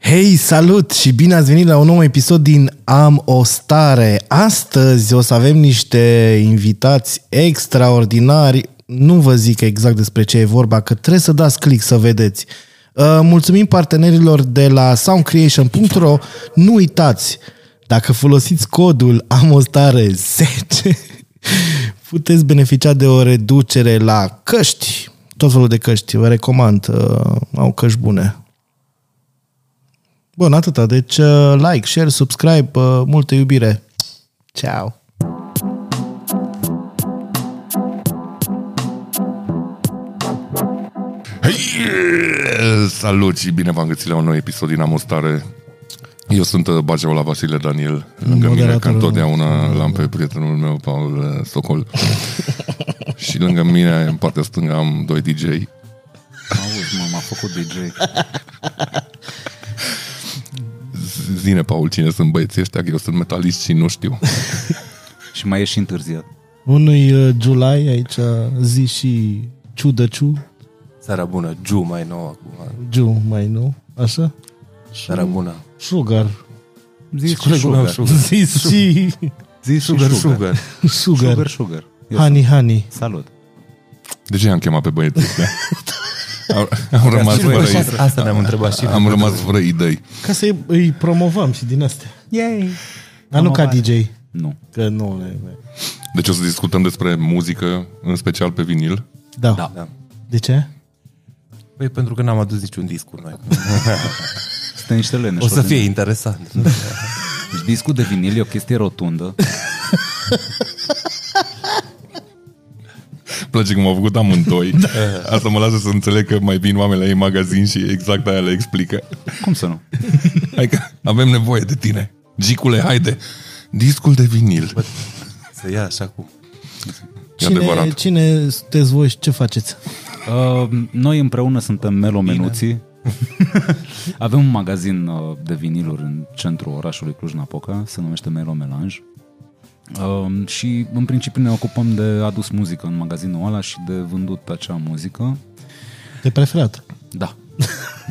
Hei, salut și bine ați venit la un nou episod din Am o stare. Astăzi o să avem niște invitați extraordinari. Nu vă zic exact despre ce e vorba, că trebuie să dați click să vedeți. Uh, Mulțumim partenerilor de la soundcreation.ro. Nu uitați, dacă folosiți codul Am o stare 10, puteți beneficia de o reducere la căști. Tot felul de căști, vă recomand. Uh, Au căști bune. Bun, atâta. Deci uh, like, share, subscribe, uh, multă iubire. Ciao. Hei! Salut și bine v-am găsit la un nou episod din Amostare. Eu sunt uh, Bagea la Vasile Daniel, lângă mine, ca Moderatorul întotdeauna l-am pe prietenul meu, Paul uh, Socol. și lângă mine, în partea stângă, am doi DJ. Auzi, mă, m-a făcut DJ. Zine, Paul, cine sunt băieții ăștia, că eu sunt metalist și nu știu. și mai e și întârziat. Unui uh, July aici uh, zi și ciudăciu, Țara bună, Ju mai nou acum. Ju mai nou, așa? Țara bună. Sugar. Zi și colegul meu, sugar. sugar. Zi și Zi și Sugar, sugar. sugar. Sugar, sugar. Eu sunt- Honey, honey. Salut. De ce i-am chemat pe băieții ăștia? Au, au rămas Cine fără așa- idei. Asta ne-am întrebat și Am rămas fără idei. Ca să îi- îi promovăm și din astea. Yay! Dar nu ca Promovare. DJ. Nu. Că nu le... Deci o să discutăm despre muzică, în special pe vinil. Da. Da. da. De ce? Păi pentru că n-am adus niciun disc cu noi. Suntem niște leneși. O să fie ordinari. interesant. Deci discul de vinil e o chestie rotundă. place cum au făcut amândoi. Da. Asta mă lasă să înțeleg că mai vin oameni la ei în magazin și exact aia le explică. Cum să nu? Hai că avem nevoie de tine. Gicule, haide! Discul de vinil. Să ia așa cu... E Cine, adevărat. cine sunteți voi și ce faceți? Uh, noi împreună suntem Melo Menuții. Avem un magazin uh, de viniluri în centrul orașului Cluj-Napoca, se numește Melo Melange. Uh, și în principiu ne ocupăm de adus muzică în magazinul ăla și de vândut acea muzică. De preferat. Da.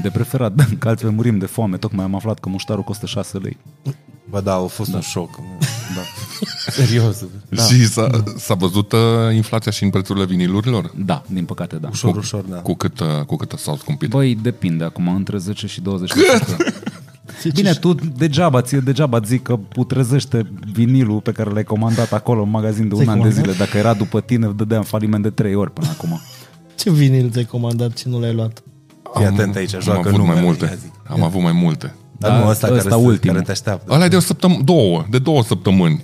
De preferat, da, că altfel murim de foame. Tocmai am aflat că muștarul costă 6 lei. Bă, da, a fost un șoc. Da. Serios. Da. Și s-a, s-a văzut uh, inflația și în prețurile vinilurilor? Da, din păcate, da. Ușor, ușor, da. Cu cât, uh, cu cât s-au scumpit? Băi, depinde acum, între 10 și 20 Deci Bine, tu degeaba, ție degeaba zic că putrezește vinilul pe care l-ai comandat acolo în magazin de un Ți-ai an de comandat? zile. Dacă era după tine, dădeam faliment de 3 ori până acum. Ce vinil ți-ai comandat și nu l-ai luat? Fii atent aici, am joacă avut mai numele. multe. ia zi. Am avut mai multe. Dar nu, Da, ăsta ăsta, care, ultimul. care te așteaptă. Ăla e de o săptămână, două, de două săptămâni.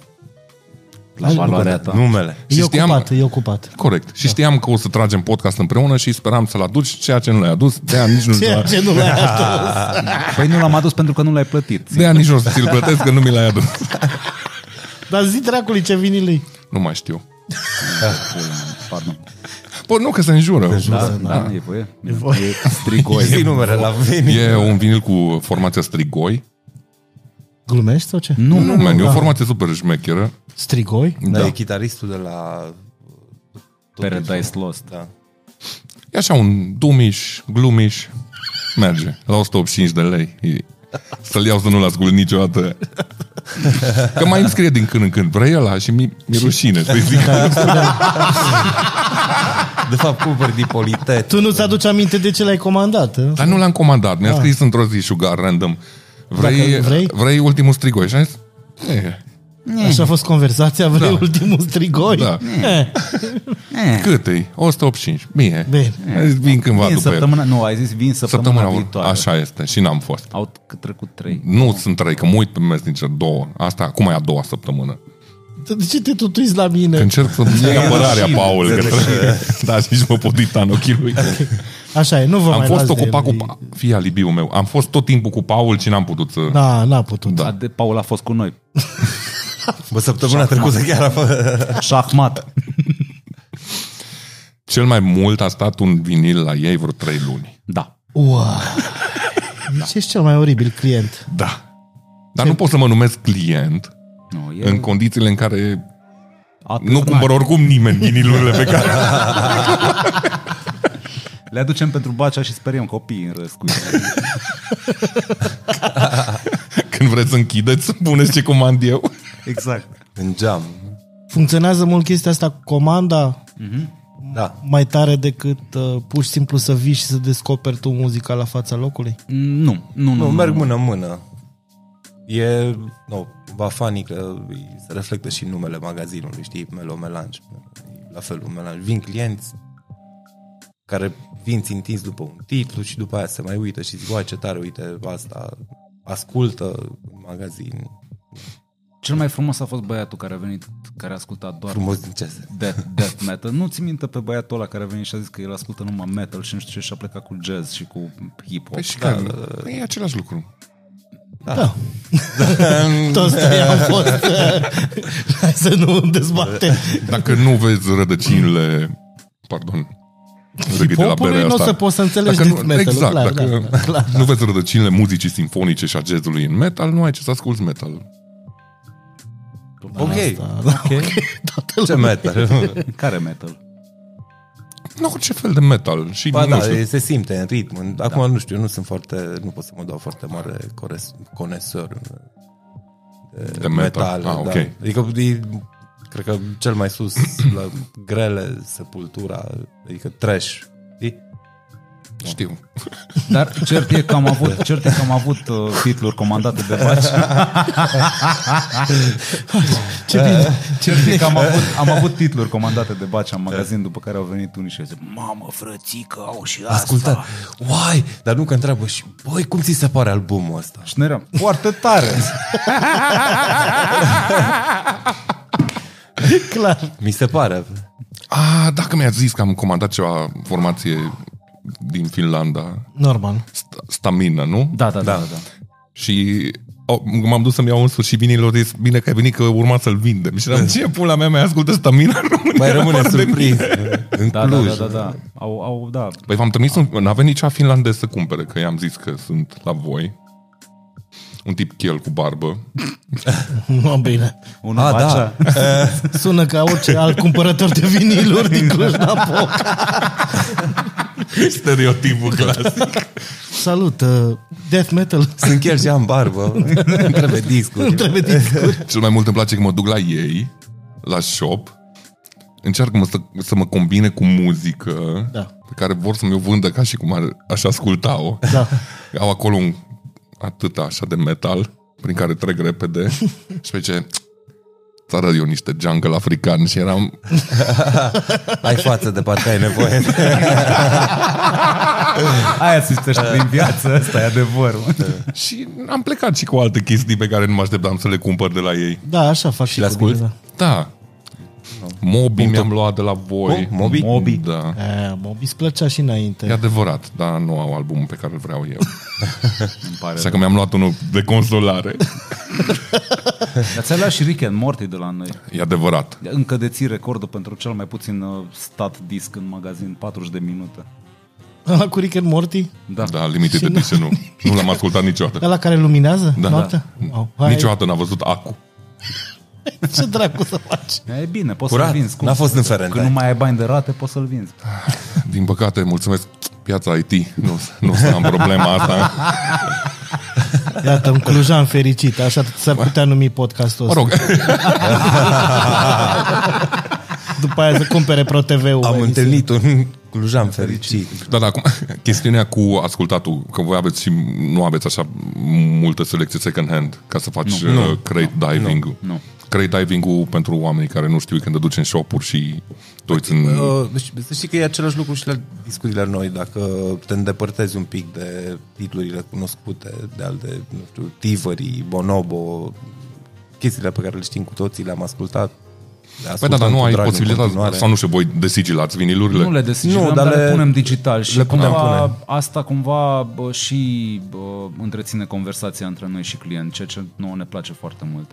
La valoarea ta. Numele. Și e știam- ocupat, e ocupat. Corect. Da. Și știam că o să tragem podcast împreună și speram să-l aduci, ceea ce nu l-ai adus, de-aia nici nu, Ceea ce nu l-ai adus. Păi nu l-am adus pentru că nu l-ai plătit. de-aia nici nu o să ți-l plătesc, că nu mi l-ai adus. Dar zi dracului ce vinil e. Nu mai știu. Da. Pardon. Bă, nu, că se înjură. Da, da, e voie. E voie. Zi Păi, strigoi. numele la veni. E un vinil cu formația Strigoi. Glumești sau ce? Nu, Nu, nu, da. man, e o formație super șmecheră. Strigoi? Da, Da. e chitaristul de la... Paradise Lost. Da. E așa un dumiș, glumiș. Merge. La 185 de lei. E- Să-l iau să nu-l ascult niciodată. Că mai îmi scrie din când în când. Vrei ăla? Și mi- mi-e rușine. Să-i zic. De fapt, cumpăr din politet. Tu nu-ți aduci aminte de ce l-ai comandat? ă? hă? Dar nu l-am comandat. Ah. Mi-a scris într-o zi sugar random. Vrei, Dacă vrei? vrei? vrei ultimul strigoi? Și am zis, "E, Așa a fost conversația, vrei ultimul strigoi? Da. Eh, cât e? 185. Bine. Bine. Am zis, Vin cândva Eh, Vin după el. săptămâna, nu, ai zis vin săptămâna, Săptămâna viitoare. urmă. Așa este. Și n-am fost. Au t- trecut trei. Nu sunt trei, că mă uit pe Messenger două. Asta acum e a doua săptămână. De ce te tutuiți la mine? Încerc să iei apărarea, rușine, Paul. ți-e Că da, și nici mă pot dita în ochii lui. Așa e, nu vă Am mai fost las de ocupat cu... el. Pa- Fii alibiul meu. Am fost tot timpul cu Paul și n-am putut să... Da, n-a putut. Da. De Paul a fost cu noi. Bă, săptămâna trecută chiar a fost... Șahmat. Cel mai mult a stat un vinil la ei vreo trei luni. Da. Wow. Deci ești cel mai oribil client. Da. Dar nu pot să mă numesc client Nu, e în condițiile în care atât nu n-ai. cumpăr oricum nimeni vinilurile pe care... Le aducem pentru bacea și speriem copiii în răscuit. Când vreți să închideți, puneți ce comand eu. Exact. În geam. Funcționează mult chestia asta cu comanda Da. mai tare decât uh, pur și simplu să vii și să descoperi tu muzica la fața locului? Nu, nu, Nu, nu. merg mână în mână. E, nu, cumva funny că se reflectă și în numele magazinului, știi, Melo Melange. La fel, un melange. Vin clienți care vin țintiți după un titlu și după aia se mai uită și zic, oai ce tare, uite asta, ascultă un magazin. Cel mai frumos a fost băiatul care a venit, care a ascultat doar Frumos din ce se... death, death metal. Nu ți minte pe băiatul ăla care a venit și a zis că el ascultă numai metal și nu știu ce și a plecat cu jazz și cu hip-hop. Păi și da, e același lucru. Da. Toți trei au fost. uh, Hai să nu dezbatem. Dacă nu vezi rădăcinile, pardon, răgâi de la Popului berea nu o asta. să poți să înțelegi Dacă nu- death metal Exact, clar, dacă da, da, clar. nu vezi rădăcinile muzicii simfonice și a jazzului în metal, nu ai ce să asculti metal. Ok, Asta, da, ok. Toată ce lumea. metal. Care metal? Nu, orice fel de metal. Și Ba nu da, știu, se simte în ritm. În- Acum da. nu știu, eu nu sunt foarte, nu pot să mă dau foarte mare cores, conesor în de metal. da. Ah, ok. Adică e, cred că cel mai sus la grele, sepultura, adică trash. Știi? Știu. Dar cert e că am avut, cert e că am avut uh, titluri comandate de baci. Ce bine. Cert e că am avut, am avut titluri comandate de baci în magazin, după care au venit unii și au zis, mamă, frățică, au și asta. Ascultat. Uai! Dar nu că întreabă și, băi, cum ți se pare albumul ăsta? Și noi eram foarte tare. Clar. Mi se pare. A, dacă mi-ați zis că am comandat ceva formație din Finlanda, Normal. St- Stamina, nu? Da, da, da. da. da. Și au, m-am dus să-mi iau un sfârșit vinilor, au zis, bine că ai venit că urma să-l vindem. Și eram, ce pula mea, mai ascultă stamina în România? Mai rămâne afară de mine?" surprins. În Da, da, Cluj. da, da, da. Au, au, da. Păi v-am trimis, un, n-a venit cea finlandez să cumpere, că i-am zis că sunt la voi. Un tip chel cu barbă. Mă, bine. Unul A, da. bacea. Sună ca orice alt cumpărător de viniluri din Cluj-Napoca. Stereotipul clasic. Salut, uh, death metal. Sunt chiar și am barbă. Îmi Trebuie discuri. Trebuie discut. Cel mai mult îmi place că mă duc la ei, la shop, încearcă mă să, să mă combine cu muzică Da. pe care vor să mi-o vândă ca și cum ar, aș asculta-o. Da. Au acolo un atâta așa de metal prin care trec repede și pe ce țară eu niște jungle african și eram Ai față de parcă ai nevoie. Aia se citește din viață, asta e adevărul. și am plecat și cu alte chestii pe care nu mă așteptam să le cumpăr de la ei. Da, așa fac și, și le ascult? Da. Mobi mi-am luat de la voi. Cum? Mobi? Mobi. Da. E, Mobis plăcea și înainte. E adevărat, dar nu au albumul pe care îl vreau eu. Îmi pare. Așa că mi-am luat unul de consolare. Dar ți-a luat și Rick and Morty de la noi. E adevărat. Încă deții recordul pentru cel mai puțin uh, stat disc în magazin, 40 de minute. Ăla cu Rick and Morty? Da. da. Da, limited edition nu. Nu l-am ascultat niciodată. Ăla care luminează Da. noaptea? Wow, hai, Niciodată n-a văzut acu. Ce dracu să faci? E bine, poți Curat. să-l vinzi. Cum? N-a fost în Când Ferentai. nu mai ai bani de rate, poți să-l vinzi. Din păcate, mulțumesc piața IT. Nu, nu o să am problema asta. Iată, un clujan fericit, așa s-ar putea numi podcastul Mă ăsta. rog, După aia să cumpere Pro TV-ul. Am mai întâlnit un clujan fericit. da, da, acum, chestiunea cu ascultatul, că voi aveți și nu aveți așa multă selecție second hand ca să faci nu, uh, crate diving-ul. nu, nu. Crate diving-ul pentru oamenii care nu știu când te duci în shop-uri și te uiți în... Uh, și- Să știi că e același lucru și la discuțiile noi, dacă te îndepărtezi un pic de titlurile cunoscute, de alte, nu știu, Tivării, Bonobo, chestiile pe care le știm cu toții, le-am ascultat. le Păi da, ascultăm dar nu cu ai drag în posibilitatea, continuare. sau nu știu, voi desigilați vinilurile? Nu le desigilăm, Nu, nu, dar dar, dar le- le punem digital și le le punem, cumva punem. asta cumva bă, și bă, întreține conversația între noi și client, ceea ce nouă ne place foarte mult.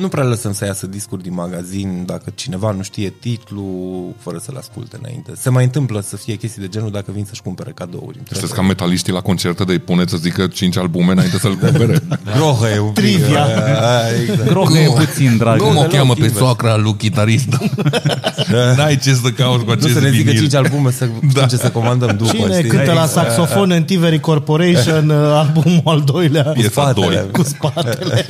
nu prea lăsăm să iasă discuri din magazin dacă cineva nu știe titlul fără să-l asculte înainte. Se mai întâmplă să fie chestii de genul dacă vin să-și cumpere cadouri. Sunteți ca metaliștii la concerte de îi pune să zică 5 albume înainte să-l cumpere. Grohă e Trivia. Exact. Grohă e puțin, dragă. Cum o de la cheamă pe Otivers. soacra lui chitaristă? N-ai ce să cauți cu Nu acest să ne zică vinil. 5 albume să da. ce să comandăm după. Cine știi? cântă la Exact. saxofon în Tivery Corporation, uh, albumul al doilea? Piesa spatele. 2. Cu spatele.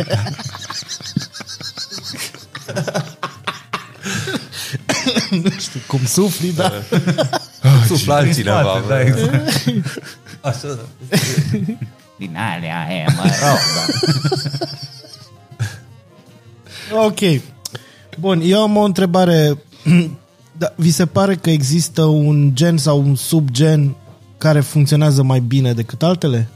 nu știu cum sufli, dar... Sufla altcineva. da, exact. Așa, da. Din alea e, mă rog, da. Da. Ok. Bun, eu am o întrebare. Da, vi se pare că există un gen sau un subgen care funcționează mai bine decât altele?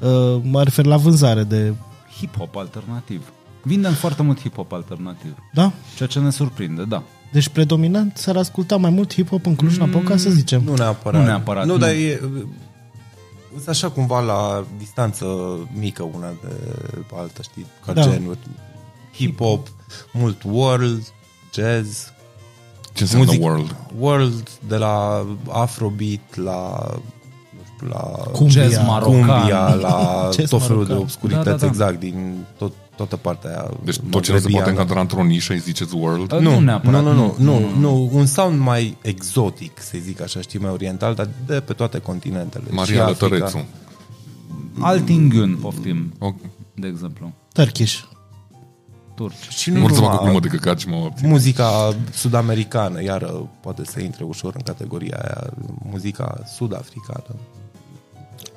Uh, mă refer la vânzare de... Hip-hop alternativ. Vindem foarte mult hip-hop alternativ. Da? Ceea ce ne surprinde, da. Deci predominant s-ar asculta mai mult hip-hop în Cluj-Napoca, să zicem. Nu neapărat. Nu neapărat, Nu, nu. dar e... Sunt așa cumva la distanță mică una de alta, știi? Ca Da. da. genuri. Hip-hop, mult world, jazz, Ce înseamnă Muzic- world? world de la afrobeat la nu știu, la Cumbia. Jazz marocan. cumbia la Jazz tot felul de marocan. obscurități, Da, da, da. exact, din tot, toată partea aia Deci tot ce nu se poate magrebiană. încadra într-o nișă îi ziceți world? Nu, nu neapărat. Mm. Nu, nu, nu, nu, nu, un sound mai exotic, să zic așa, știi, mai oriental, dar de pe toate continentele. Și Maria Africa. Lătărețu. Altingun, poftim, Ok. de exemplu. Turkish. Turci. Și nu Mulțumesc cu glumă numai, de căcat și mă obțin. muzica sud-americană, iară, poate să intre ușor în categoria aia, muzica sud-africană.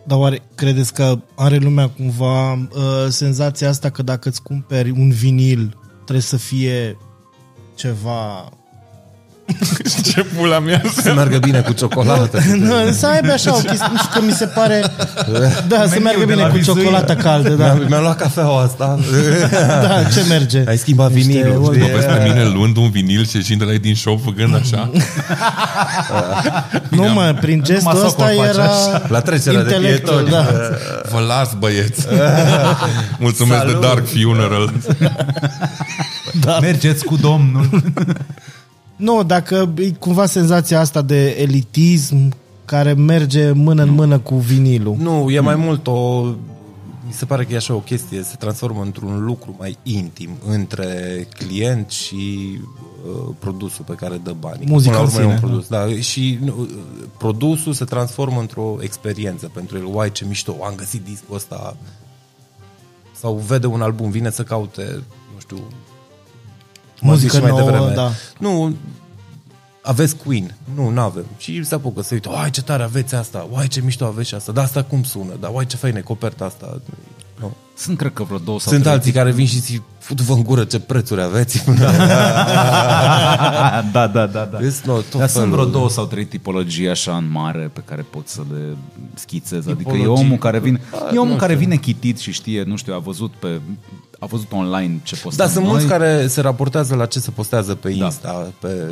Dar oare credeți că are lumea cumva uh, senzația asta că dacă îți cumperi un vinil trebuie să fie ceva... Ce pula mea Să meargă bine cu ciocolată. Nu, Să aibă așa o chestie, nu știu că mi se pare... Da, să meargă de bine la cu vizuină. ciocolata caldă, Da. da. Mi-am luat cafeaua asta. Da, ce merge? Ai schimbat Niște vinilul. old- știi? Mă vezi pe mine luând un vinil și ieșind de la ei din shop făcând așa? Nu mă, prin gestul Numai ăsta Socol face era... La trecerea de Intelectul, pietoni. da. Vă las, băieți! Mulțumesc de Salut! Dark Funeral! Da. Mergeți cu domnul. Nu, dacă e cumva senzația asta de elitism care merge mână în mână cu vinilul. Nu, e mai Mm. mult o... Mi se pare că e așa o chestie, se transformă într-un lucru mai intim între client și uh, produsul pe care dă bani. Muzica Până la în urmă e un sine, produs, da. Și nu, uh, produsul se transformă într-o experiență pentru el. Uai, ce mișto, am găsit discul ăsta. Sau vede un album, vine să caute, nu știu, cum am zis Muzică și mai nouă, devreme. da. Nu, aveți Queen. Nu, n-avem. Și se apucă să uită, uai ce tare aveți asta, uai ce mișto aveți și asta, dar asta cum sună, dar uai ce faină e coperta asta. Nu. Sunt, cred că, vreo două sau Sunt trei. alții care vin și zic, fut-vă în gură ce prețuri aveți. Da. da, da, da, da. Vezi, no, tot Dar sunt felul. vreo două sau trei tipologii așa în mare pe care pot să le schițez. Adică e Tipologii. omul care vine, e omul care vine chitit și știe, nu știu, a văzut pe a văzut online ce postăm Dar Da, sunt noi. mulți care se raportează la ce se postează pe Da. Insta, pe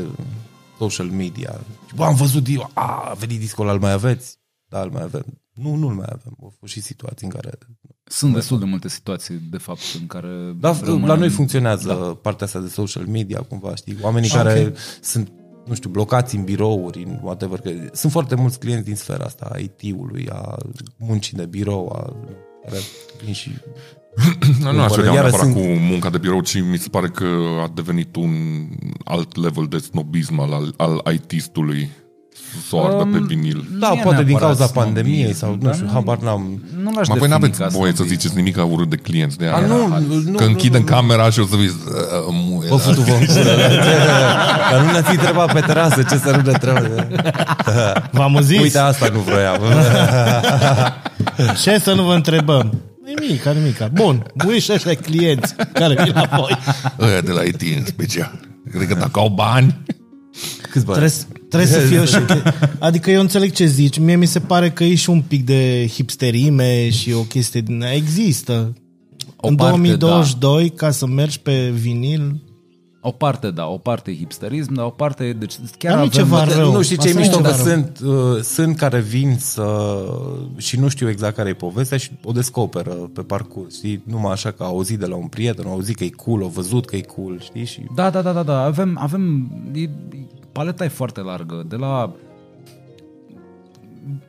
social media. Și, Bă, am văzut eu, a, a venit discul, al mai aveți? Da, al mai avem. Nu, nu-l mai avem. Au fost și situații în care Sunt destul de multe situații, de fapt, în care... Dar rămânem- Da, la noi funcționează da. partea asta de social media, cumva, știi? Oamenii Ah, okay. care sunt, nu știu, blocați în birouri, în whatever. Că sunt foarte mulți clienți din sfera asta, a IT-ului, a muncii de birou, a... Care vin și... Nu, nu aș Iară vedea neapărat sunt- cu munca de birou, ci mi se pare că a devenit un alt level de snobism al, al IT-stului să o ardă pe vinil. Nu Da, e poate din neapărat cauza snobism, pandemiei sau, nu dar știu, habar n-am... Nu l-aș Mă, voi defini n-aveți ca voie să snobism. ziceți nimic urât de clienți de aia. A, nu, Ați- nu, nu, că închidem nu, nu. camera și o să fiți... "Ă, muie, Bă, da." futu-vă în gură. Dar nu ne-ați întrebat pe terasă ce să nu ne trebuie. V-am zis? Uite, asta nu vroiam. Ce să nu vă întrebăm? Nimica, nimica. Bun, buiși ăștia clienți care vin la voi. Ăia de la IT în special. Cred că dacă au bani... Câți bani? Trebuie, să- trebuie să fie și... Adică eu înțeleg ce zici. Mie mi se pare că e și un pic de hipsterime și o chestie din... Există. O în parte, da. 2022, da. ca să mergi pe vinil, O parte, da, o parte e hipsterism, dar o parte... Deci chiar Dar nu avem... ceva Bă, rău. Nu știi ce Asta e mișto ceva că rău. sunt, uh, sunt care vin să și nu știu exact care e povestea și o descoperă pe parcurs, știi? Numai așa că au auzit de la un prieten, au auzit că e cool, au văzut că e cool, știi? Și Da, da, da, da, da. Avem, avem e, e- paleta e foarte largă. De la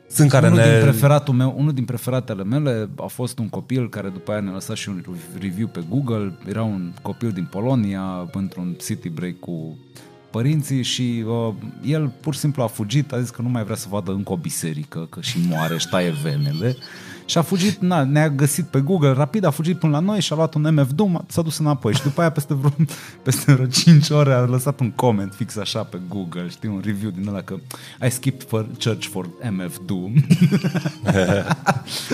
sunt care unul din ne... preferatul meu, unul din preferatele mele a fost un copil care după aia ne-a lăsat și un review pe Google. Era un copil din Polonia într-un city break cu părinții și uh, el pur și simplu a fugit, a zis că nu mai vrea să vadă încă o biserică, că și moare, își taie venele. Și a fugit, na, ne-a găsit pe Google, rapid a fugit până la noi și a luat un MF Doom, s-a dus înapoi și după aia peste vreo, peste vreo 5 ore a lăsat un comment fix așa pe Google, știi, un review din ăla că I skipped for church for MF Doom.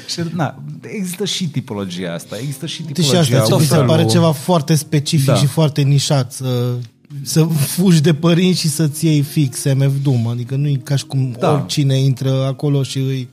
și, na, există și tipologia asta, există și Deci și tipologia asta ți- mi se felul- pare ceva foarte specific Da. da. și foarte nișat să, să fugi de părinți și să-ți iei fix MF Doom. Adică nu e ca și cum Da. da. oricine intră acolo și îi...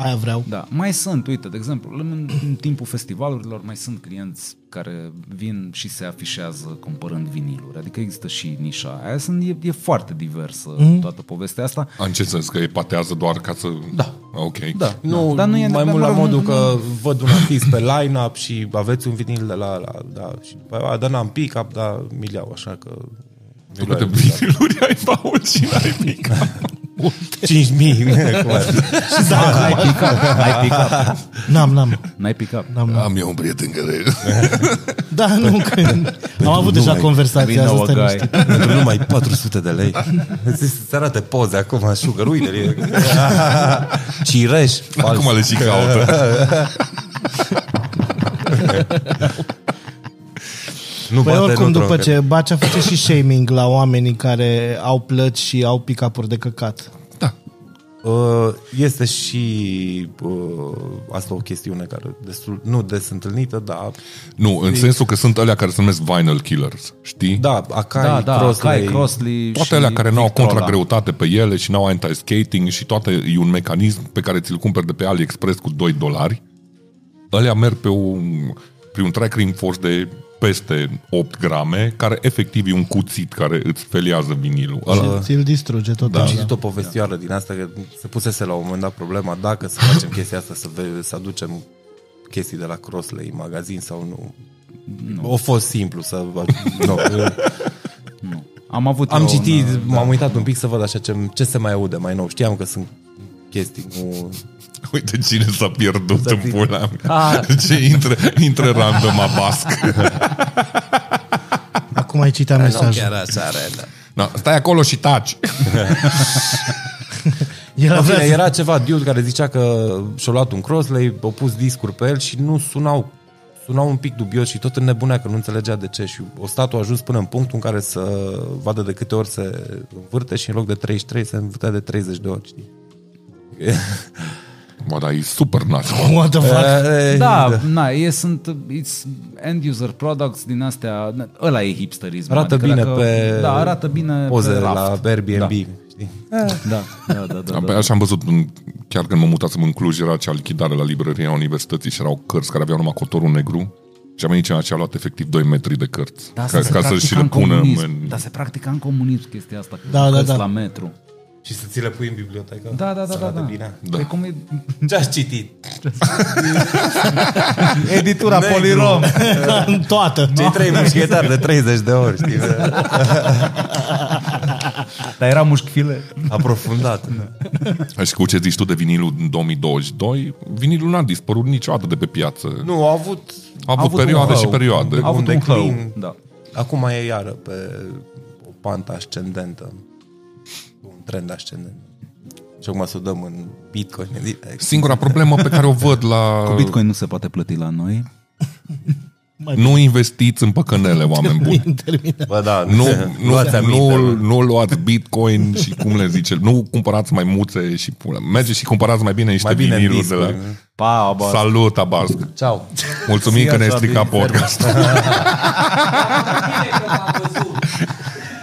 Aia vreau. Da, mai sunt, uite, de exemplu, în, în timpul festivalurilor mai sunt clienți care vin și se afișează cumpărând viniluri, adică există și nișa aia, sunt, e, e foarte diversă Mhm. mm. toată povestea asta. A, În ce sens? Că epatează doar ca să... Da. Ok. Da, Nu, dar nu e mai dar, mult mă la rog, modul nu- că văd un artist pe line-up și aveți un vinil de la la, da, și după aia, a, dar n-am pick-up, dar mi-l iau, așa că... Tu câte viniluri ai Paul și n-ai pic. 5.000, cum ar fi. Da, n-ai picat, n-ai picat, N-am, n-am. n-ai picat. n-am, n-am. Am eu un prieten care... Da, nu, că am avut deja mai- conversația Vino, asta. guy. niște- Pentru numai 400 de lei. Îți arată poze acum, sugar, uite Cireș. fals. Acum le și caută. Nu Păi bate, oricum, nu după troncă. ce Bacea face și shaming la oamenii care au plăci și au pick-up-uri de căcat. Da. Uh, Este și uh, asta o chestiune care destul, nu des întâlnită, dar Nu, în sensul că sunt alea care se numesc vinyl killers, știi? da, Acai, Da, da, Crossley, Crossley, Crossley Toate și alea care nu au Victrola. contra greutate pe ele și n-au anti-skating și toate e un mecanism pe care ți-l cumperi de pe AliExpress cu 2 dolari. Alea merg pe un, pe un tracking force de peste 8 grame, care efectiv e un cuțit care îți feliază vinilul. Ăla, Și ți-l distruge Am total. Da. citit o povestioară din asta că se pusese la un moment dat problema dacă să facem chestia asta, să, ve- să aducem chestii de la Crossley în magazin sau nu. O fost simplu să... nu. Nu. Am avut Am eu citit, un, m-am uitat un pic să văd așa ce, ce se mai aude mai nou. Știam că sunt chestii cu... Uite cine s-a pierdut în pierdut. pula mea. Ah. Ce intră, intră random abasc. Acum ai citat mesajul. așa are, da. Da, stai acolo și taci. El Da, vrea În fine, să era ceva dude care zicea că și-a luat un Crossley, au pus discuri pe el și nu sunau sunau un pic dubios și tot înnebunea că nu înțelegea de ce și o stat a ajuns până în punctul în care să vadă de câte ori se învârte și în loc de 33 se învârtea de 30 de ori, știi? Bă, dar e super nasol. What the fuck? Eh, Da, na, e, sunt it's end user products din astea, ăla e hipsterism. Arată adică bine dacă, pe Da, arată bine Poze pe raft. la Airbnb, Eh. Da. știi? Da, da, da, da, da. Așa am văzut, în- chiar când mă mutasem în Cluj, era acea lichidare la librăria universității și erau cărți care aveau numai cotorul negru. Și am venit cineva și a luat efectiv 2 metri de cărți. Da, ca, se ca practica să-și în repună. comunism. În... Da, se practica în comunism chestia asta. Da, da, Da, da, da. da. la metru. Și să ți le pui în bibliotecă. Da, da, da, Să da. arate da. Bine. Da. Păi cum e... Ce-aș citit? Editura Negru. Polirom. În toată. Cei trei mușchetari de 30 de ori, știi? Exact. Dar era mușchfile. Aprofundat. Și cu ce zici tu de vinilul în 2022, vinilul n-a dispărut niciodată de pe piață. Nu, au avut... A avut, avut un perioade hău. și perioade. Au avut un declin. hău. Da. Acum e iară pe o pantă ascendentă. Un trend ascendent. Și acum să o dăm în Bitcoin. Singura problemă pe care o văd la... Cu Bitcoin nu se poate plăti la noi. Nu investiți în păcănele, oameni buni. Bă, da, Nu, nu, luați aminte, nu, bă. nu luați bitcoin și cum le zice, nu cumpărați mai muțe și pula. Mergeți și cumpărați mai bine niște Mai bine viniluri de la... Bitcoin. Pa, abas. Salut, Abasc! Ceau. Mulțumim Zi că ne-ai așa, stricat bine, podcast.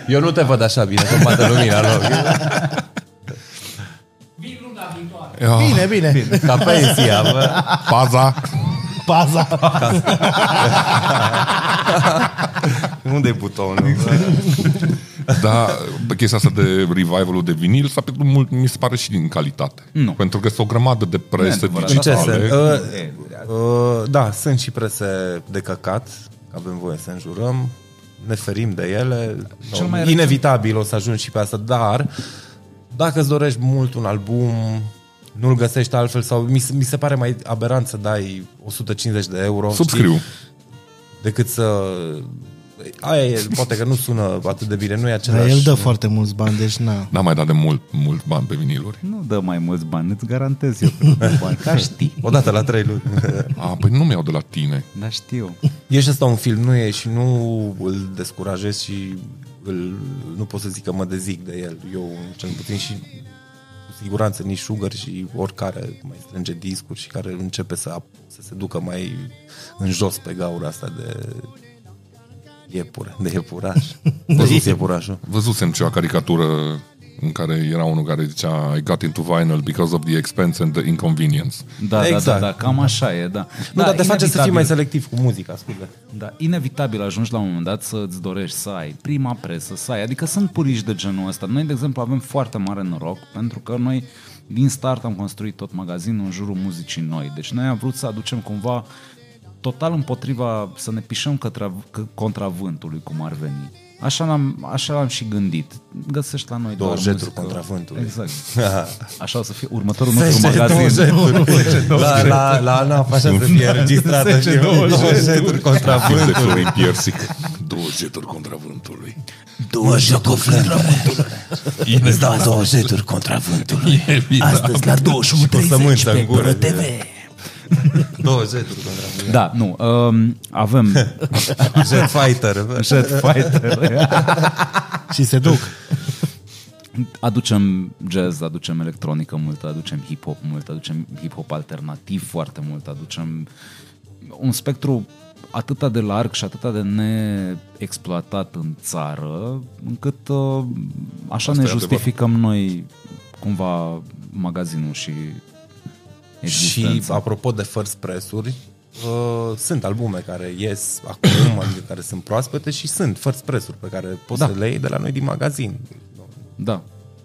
Eu nu te văd așa bine, că bate lumina. Nu. Ah, Bine, bine. Ca pensia, bă. Paza! Paza. Unde e butonul? Dar pe da, chestia asta de revival-ul de vinil s-a pierdut mult, mi se pare și din calitate. Nu. Pentru că sunt o grămadă de prese adevărat. În ce digitale. sens? Uh, uh, da, sunt și prese de căcat, că avem voie să înjurăm, ne ferim de ele, Cel no, mai recent- inevitabil o să ajungi și pe asta, dar dacă îți dorești mult un album, nu-l găsești altfel sau mi, se- mi se pare mai aberant să dai 150 de euro știi, Subscriu. decât să... Aia e, poate că nu sună atât de bine, nu e Dar același... el dă foarte mulți bani, deci na. N-am mai dat de mult, mult bani pe viniluri. Nu dă mai mulți bani, îți garantez eu că nu dă bani, ca știi. Odată la trei luni. A, păi nu mi-au de la tine. Dar știu. Da, E și asta un film, nu e și nu îl descurajez și îl, nu pot să zic că mă dezic de el. Eu cel puțin și cu siguranță nici Sugar și oricare mai strânge discuri și care începe să, ap- să se ducă mai în jos pe gaura asta de iepure, de iepuraș. Văzut iepurașul? Văzusem ceva caricatură în care era unul care zicea I got into vinyl because of the expense and the inconvenience. Da, exact. da, Exact. da, da, cam așa e, da. Nu, dar te face să fii inevitabil. mai selectiv cu muzica, scuze. Da, inevitabil ajungi la un moment dat să îți dorești să ai prima presă, să ai, adică sunt puriști de genul ăsta. Noi, de exemplu, avem foarte mare noroc pentru că noi din start am construit tot magazinul în jurul muzicii noi. Deci noi am vrut să aducem cumva total împotriva, să ne pișăm către, că, contra vântului, cum ar veni. Așa l-am, așa l-am și gândit. Găsești la noi Două doar jeturi muzică. contra vântului. Exact. Așa o să fie următorul nostru magazin. La, la, la ANAF așa să fie înregistrată și două jeturi contra Film de Florin Piersic. Două jeturi contra vântului. Două jocuri contra vântului. Îți dau două jeturi contra vântului. Astăzi la 21.30 sămânță în pe gură. Pro TV. Două jeturi contra vântului. Da, nu. Um, avem Jet Fighter. Jet Fighter. Și se duc. aducem jazz, aducem electronică mult, aducem hip-hop mult, aducem hip-hop alternativ foarte mult, aducem un spectru atâta de larg și atâta de neexploatat în țară, încât uh, așa Asta ne e justificăm noi cumva magazinul și Și existența. apropo de first press-uri, uh, sunt albume care ies acum, adică care sunt proaspete și sunt first press-uri pe care poți Da. da. să le iei de la noi din magazin. Da.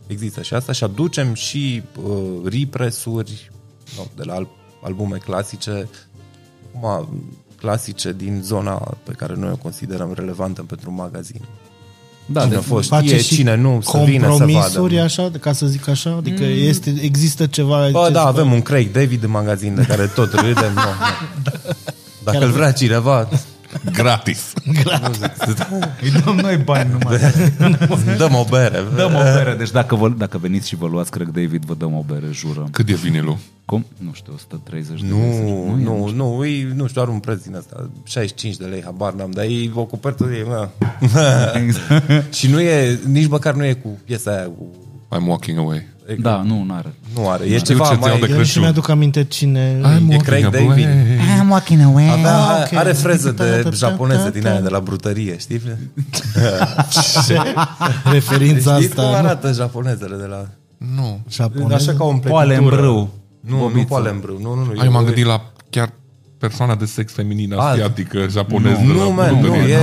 Există și asta și aducem și uh, repress-uri no, de la al- albume clasice, acum clasice din zona pe care noi o considerăm relevantă pentru magazin. Da, Cine de a fost? Știe cine nu, să vină să vadă. compromisuri, așa, ca să zic așa? Adică mm. este, există ceva... Bă, ce da, să- avem un Craig David în magazin de care tot râdem. Nu, Da. Dacă îl vrea cineva, Gratis. Îi dăm noi bani numai. dăm o bere. Dăm o bere. Deci dacă, vă, dacă veniți și vă luați, cred David, vă dăm o bere, jurăm. Cât e vinilul? Cum? Nu știu, 130 de lei. să zic. Nu, nu, nu, e, nu știu, are un preț din asta, 65 de lei, habar n-am, dar e o cupertă de... mă. Exact. Și nu e, nici măcar nu e cu piesa aia, cu, I'm walking away. Da, nu, n-are. nu are, e Știu ceva ce-ți iau mai... de Eu și Crăciun. mi-aduc aminte cine... E Craig David. I'm walking away. Avea, Ah, ah, ok. okay. Are freză de japoneză din aia, de la brutărie, știi? Referința Știi cum asta. arată japonezele de la... Nu. Japonez. Așa ca o Poale în împletitură. brâu. Nu, nu poale în brâu, nu, nu, nu. Ai, e- m-am gândit la chiar persoana de sex feminin Ah. asiatică, japoneză. la Nu, man, nu, bucătărie. e,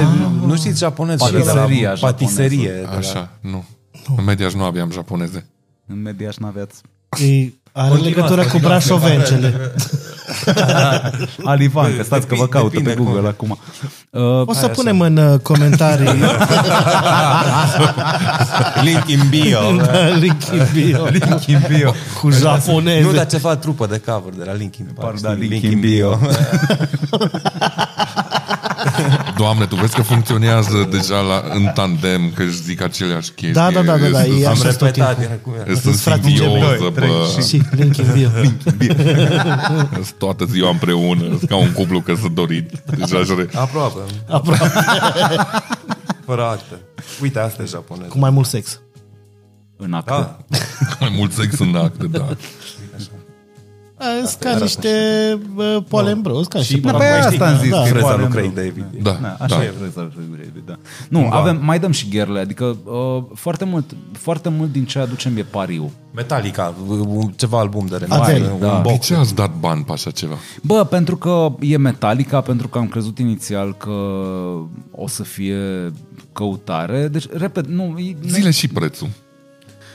nu știți japonez și de la Patiseria japoneză. patiserie. de la- Așa, nu. În mediaș nu aveam japoneze. În mediaș n-aveați. E, are legătură cu brașovencele. Alivan, că stați că vă Depinde- caută pe depinde Google acum. Uh, O să punem în uh, comentarii Link in bio. link in Da, bio Link in bio. cu nu, japoneze. dar ceva trupă de cover de la Linkin Park. Par, da, știi? link in bio. Doamne, tu vezi că funcționează deja la, în tandem, că își zic aceleași chestii. Da, da, da, da, da, e Am așa tot repetat. timpul. era cum era. Sunt frate, un simbioză, gemeni. bă. Și link in bio. Sunt toată ziua împreună, sunt ca un cuplu căsătorit. Deja își re... Aproape. Aproape, Fără acte. Uite, asta e japonez. cu mai mult sex. În acte. Da. mai mult sex în acte, da. Sunt ca niște bă, poale în bros, ca și Da, pe aia asta am zis. da. că e Freza poale lui în Craig brâu. David, e. Da, Da, așa da. e freza lui Craig David, da. Nu, avem, mai dăm și gherle, adică uh, foarte, mult, foarte mult din ce aducem e pariu. Metallica, un- ceva album de Adele, renume, da. un De box. ce ați dat bani pe așa ceva? Bă, pentru că e Metallica, pentru că am crezut inițial că o să fie căutare. Deci, repet, nu... e- Zile și prețul.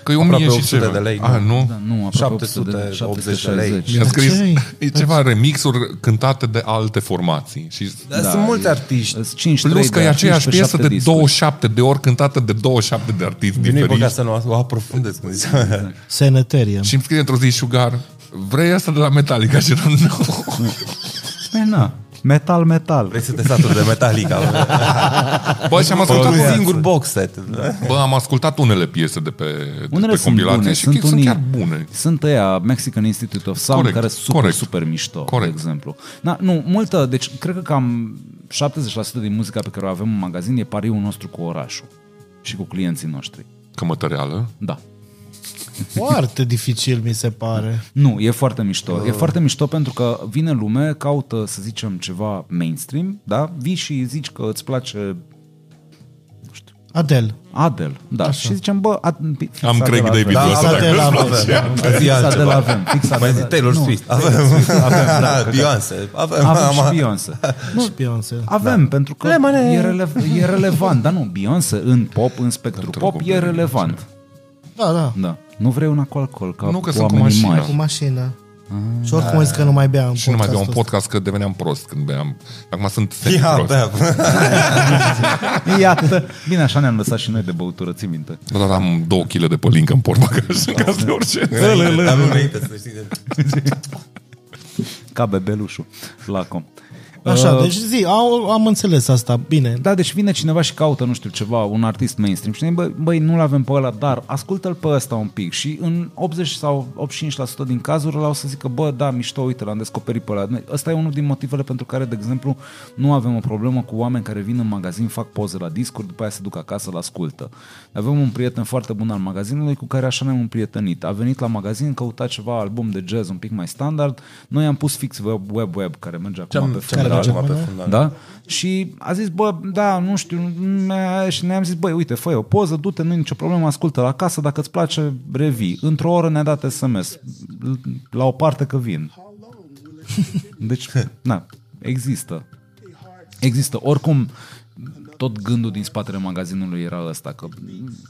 Că e 1000 Aproape și 800 ceva. de lei, nu? A, nu? Da, nu, aproape 800 de- 780 de lei. 760. Mi-a scris ce-i? e ceva remixuri cântate de alte formații. Și Dar Da, sunt mulți artiști. Sunt 5, plus că e aceeași piesă de discuri. 27 de ori cântată de 27 de artiști Nu-i diferiți. păcat să nu o aprofundez, cum ziceam. Sanitarium. Și îmi scrie într-o zi Sugar, vrei asta de la Metallica? Și eram, nu. Păi, na, metal, metal. Vrei să te saturi de Metallica? bă? Bă, și am ascultat, Un singur, singur box set. da? bă, am ascultat unele piese de pe, de Unele pe sunt compilație bune, și sunt, chiar- unii, sunt chiar bune. Sunt ăia, Mexican Institute of Sound, Corect, care sunt super, corect. super mișto, corect. Corect. de exemplu. Da, nu, multă, deci cred că cam 70% din muzica pe care o avem în magazin e pariul nostru cu orașul și cu clienții noștri. Cămătăreală. Da. Foarte dificil, mi se pare. Nu, e foarte mișto. Uh. E foarte mișto pentru că vine lume, caută, să zicem, ceva mainstream, da? Vii și zici că îți place Adel. Adel, da. Așa. Și zicem, bă, ad, fix Am Adele Craig avem. David. Da, ăsta, asta dacă te îți la place. Zi Fix Adele altceva. avem. Fix Adele. Mai zi Taylor Nu, Swift. Avem, da, Beyoncé. Avem, Avem am- și Beyoncé. Nu, Beyoncé. Avem, da. pentru că e, rele- e relevant. Dar nu, Beyoncé în pop, în spectru pop, e relevant. Da, da. Da. Nu vrei una cu alcool, ca Nu, că sunt cu oamenii mașina. Cu mari. mașina. Și oricum îți că nu mai beam. Și nu mai beau un podcast că deveneam prost când beam. Acum sunt semi-prost. Ia, da. Iată. Bine, așa ne-am lăsat și noi de băutură, ții minte. Bă, Dar am două kg de pălincă în portbagaj în caz de orice. Am înainte să știi. Ca bebelușul. Uh, Lacom. Așa, Ah. deci zi, au, am înțeles asta, bine. Da, deci vine cineva și caută, nu știu, ceva, un artist mainstream și ne băi, băi, nu-l avem pe ăla, dar ascultă-l pe ăsta un pic și în 80 sau 85% din cazuri ăla o să zică, bă, da, mișto, uite, l-am descoperit pe ăla. Ăsta e unul din motivele pentru care, de exemplu, nu avem o problemă cu oameni care vin în magazin, fac poze la discuri, după aia se duc acasă, l ascultă. Avem un prieten foarte bun al magazinului cu care așa ne-am împrietenit. A venit la magazin, căuta ceva album de jazz un pic mai standard, noi am pus fix web, web, web care merge acum pe Ce am dat merge acum pe mână? fundal? da? Și a zis, bă, da, nu știu, meh, și ne-am zis, băi, uite, fă o poză, du-te, nu e nicio problemă, ascultă la casă, dacă îți place, revii. Într-o oră ne-a dat SMS, L- la o parte că vin. Deci, na, există. Există. Oricum, tot gândul din spatele magazinului era ăsta, că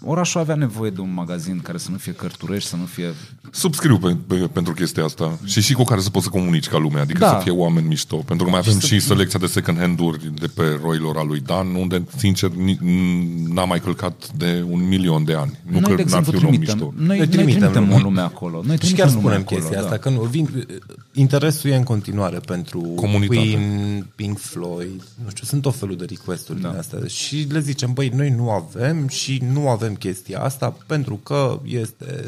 orașul avea nevoie de un magazin care să nu fie cărturești, să nu fie... Subscriu pe, pe, pentru chestia asta și și cu care să poți să comunici ca lumea, adică Da. da. să fie oameni mișto. Pentru că mai avem și selecția de second hand-uri de pe roilor a lui Dan, unde, sincer, ni- n- n-am mai călcat de un milion de ani. Nu noi, că de n-ar exemplu, fi un om trimitem, mișto. noi, noi trimitem trimitem lume. o lume acolo. Noi Și trimitem chiar lume spunem acolo, chestia da. asta, că nu, vin, interesul e în continuare pentru Comunitate. Queen, Pink Floyd, nu știu, sunt tot felul de request-uri da. din astea. Și le zicem, băi, noi nu avem și nu avem chestia asta pentru că este...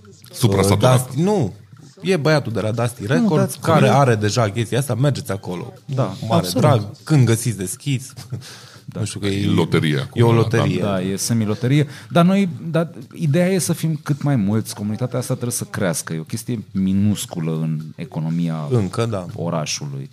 uh, Suprasaturat. Dusty, nu, e băiatul de la Dusty Records dați cu care are deja chestia asta, mergeți acolo. Da, mare absolut. drag, când găsiți deschis. Da. Nu știu că e, E loterie acum, E o da, loterie. Da, e semiloterie. Dar noi, dar ideea e să fim cât mai mulți. Comunitatea asta trebuie să crească. E o chestie minusculă în economia Încă, da. orașului.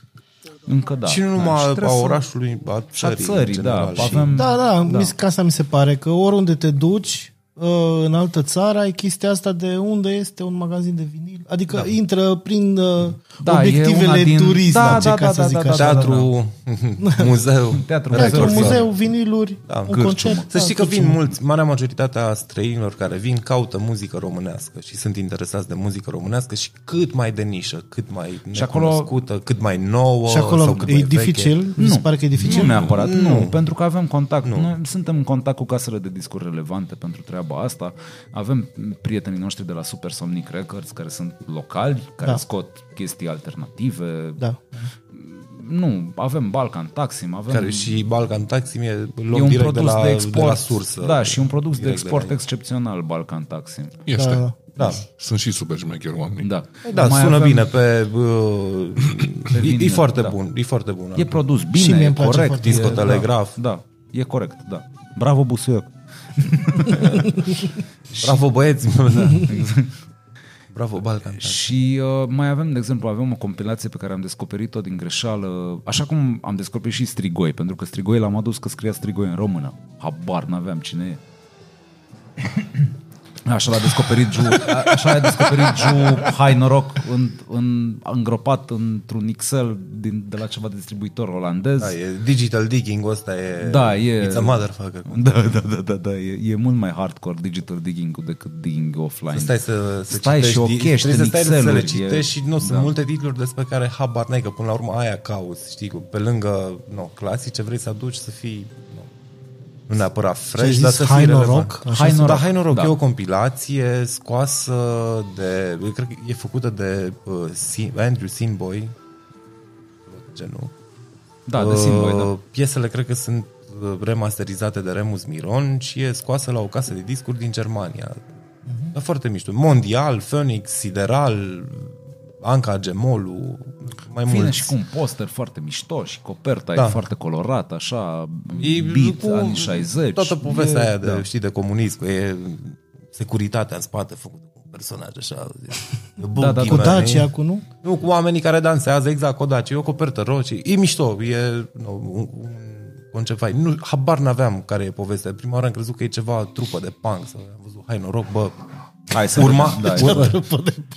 Încă da. Și nu da. numai trebuie a să- orașului, a și a țării. țării, în da. general. Și- Avem, Da, da, da. Mis, că asta mi se pare, că oriunde te duci, uh, în altă țară, ai chestia asta de unde este un magazin de vinil. Adică da. intră prin uh, Da, e da, una obiectivele din- din... Da, turistice, da, da, ca da, da, să da, zic da, da, da, așa. Da, da, da. Teatru, muzeu, Teatru, da, da, record, un Exact. muzeu, viniluri, da, un cârciumă. concert. Să știi că vin cârciumă. mulți, marea majoritate a străinilor care vin caută muzică românească și sunt interesați de muzică românească și cât mai de nișă, cât mai Și acolo- necunoscută, cât mai nouă. Și acolo sau cât e mai dificil, Veche. mi se pare că e dificil. Nu neapărat, nu, nu, pentru că avem contact. Nu. Noi suntem în contact cu casele de discuri relevante pentru treaba asta. Avem prietenii noștri de la Super Somnic Records care sunt locali, care da. Da. scot chestii alternative. Da. Nu, avem Balkan Taxim, avem Care și Balkan Taxi e luăm E un direct de produs la, de, export, de la sursă. Da, și un produs de direct de export la ei. excepțional Balkan Taxi. Este. da. Da. Sunt și super șmecheri oamenii. Da, Da, Mai sună avem- bine pe... Uh, e, vinil, e foarte da. bun, e foarte bun. E produs bine, Și mie e îmi place corect. foarte Disco e, Telegraf. Da, da, e corect, da. Bravo Busuioc. Bravo băieți! Bravo, Balcan. Și uh, mai avem, de exemplu, avem o compilație pe care am descoperit-o din greșeală, așa cum am descoperit și Strigoi, pentru că Strigoi l-am adus că scria Strigoi în română. Habar n-aveam cine e. Așa l-a descoperit Ju, a- așa l-a descoperit Ju, hai noroc, în, în, îngropat într-un Excel din, de la ceva distribuitor olandez. Da, e digital digging ăsta e... Da, e- It's a motherfucker. cum- Da, da, da, da, da. E, e mult mai hardcore digital digging decât digging offline. Stai să, să Stai citești, și di- ochești trebuie să în stai Excel-uri, să e- le da. citești și nu, sunt multe titluri despre care habar n-ai, că până la urmă aia cauți, știi, cu- pe lângă no, clasice vrei să aduci să fii no, nu neapărat fresh, zis dar să Hai fii Noroc? relevant. Așa se- da, Hai Noroc da. e o compilație scoasă de, eu cred că e făcută de uh, Sim, Andrew Simboy, genul. Da, de Simboy, da. Uh, Piesele cred că sunt uh, remasterizate de Remus Miron și e scoasă la o casă de discuri din Germania. Mhm. Da, foarte mișto. Mondial, Phoenix, Sideral, Anca Gemolu, mai Vine mulți. și cu un poster foarte mișto și coperta da. Da, e foarte colorat, așa, E e beat, cu anii 60. Toată povestea E- e, aia de, da. știi, de comunism, că e securitatea în spate făcută cu un personaj așa. Da, da, Cu Bine. Dacia, cu nu? Nu, cu oamenii care dansează, exact, cu o daci, e o copertă roșie. E mișto, e no, un, un concept fain. Nu, habar n-aveam care e povestea. Prima oară am crezut că e ceva trupă de punk. Sau am văzut, hai noroc, bă. Hai să Urma. vedem,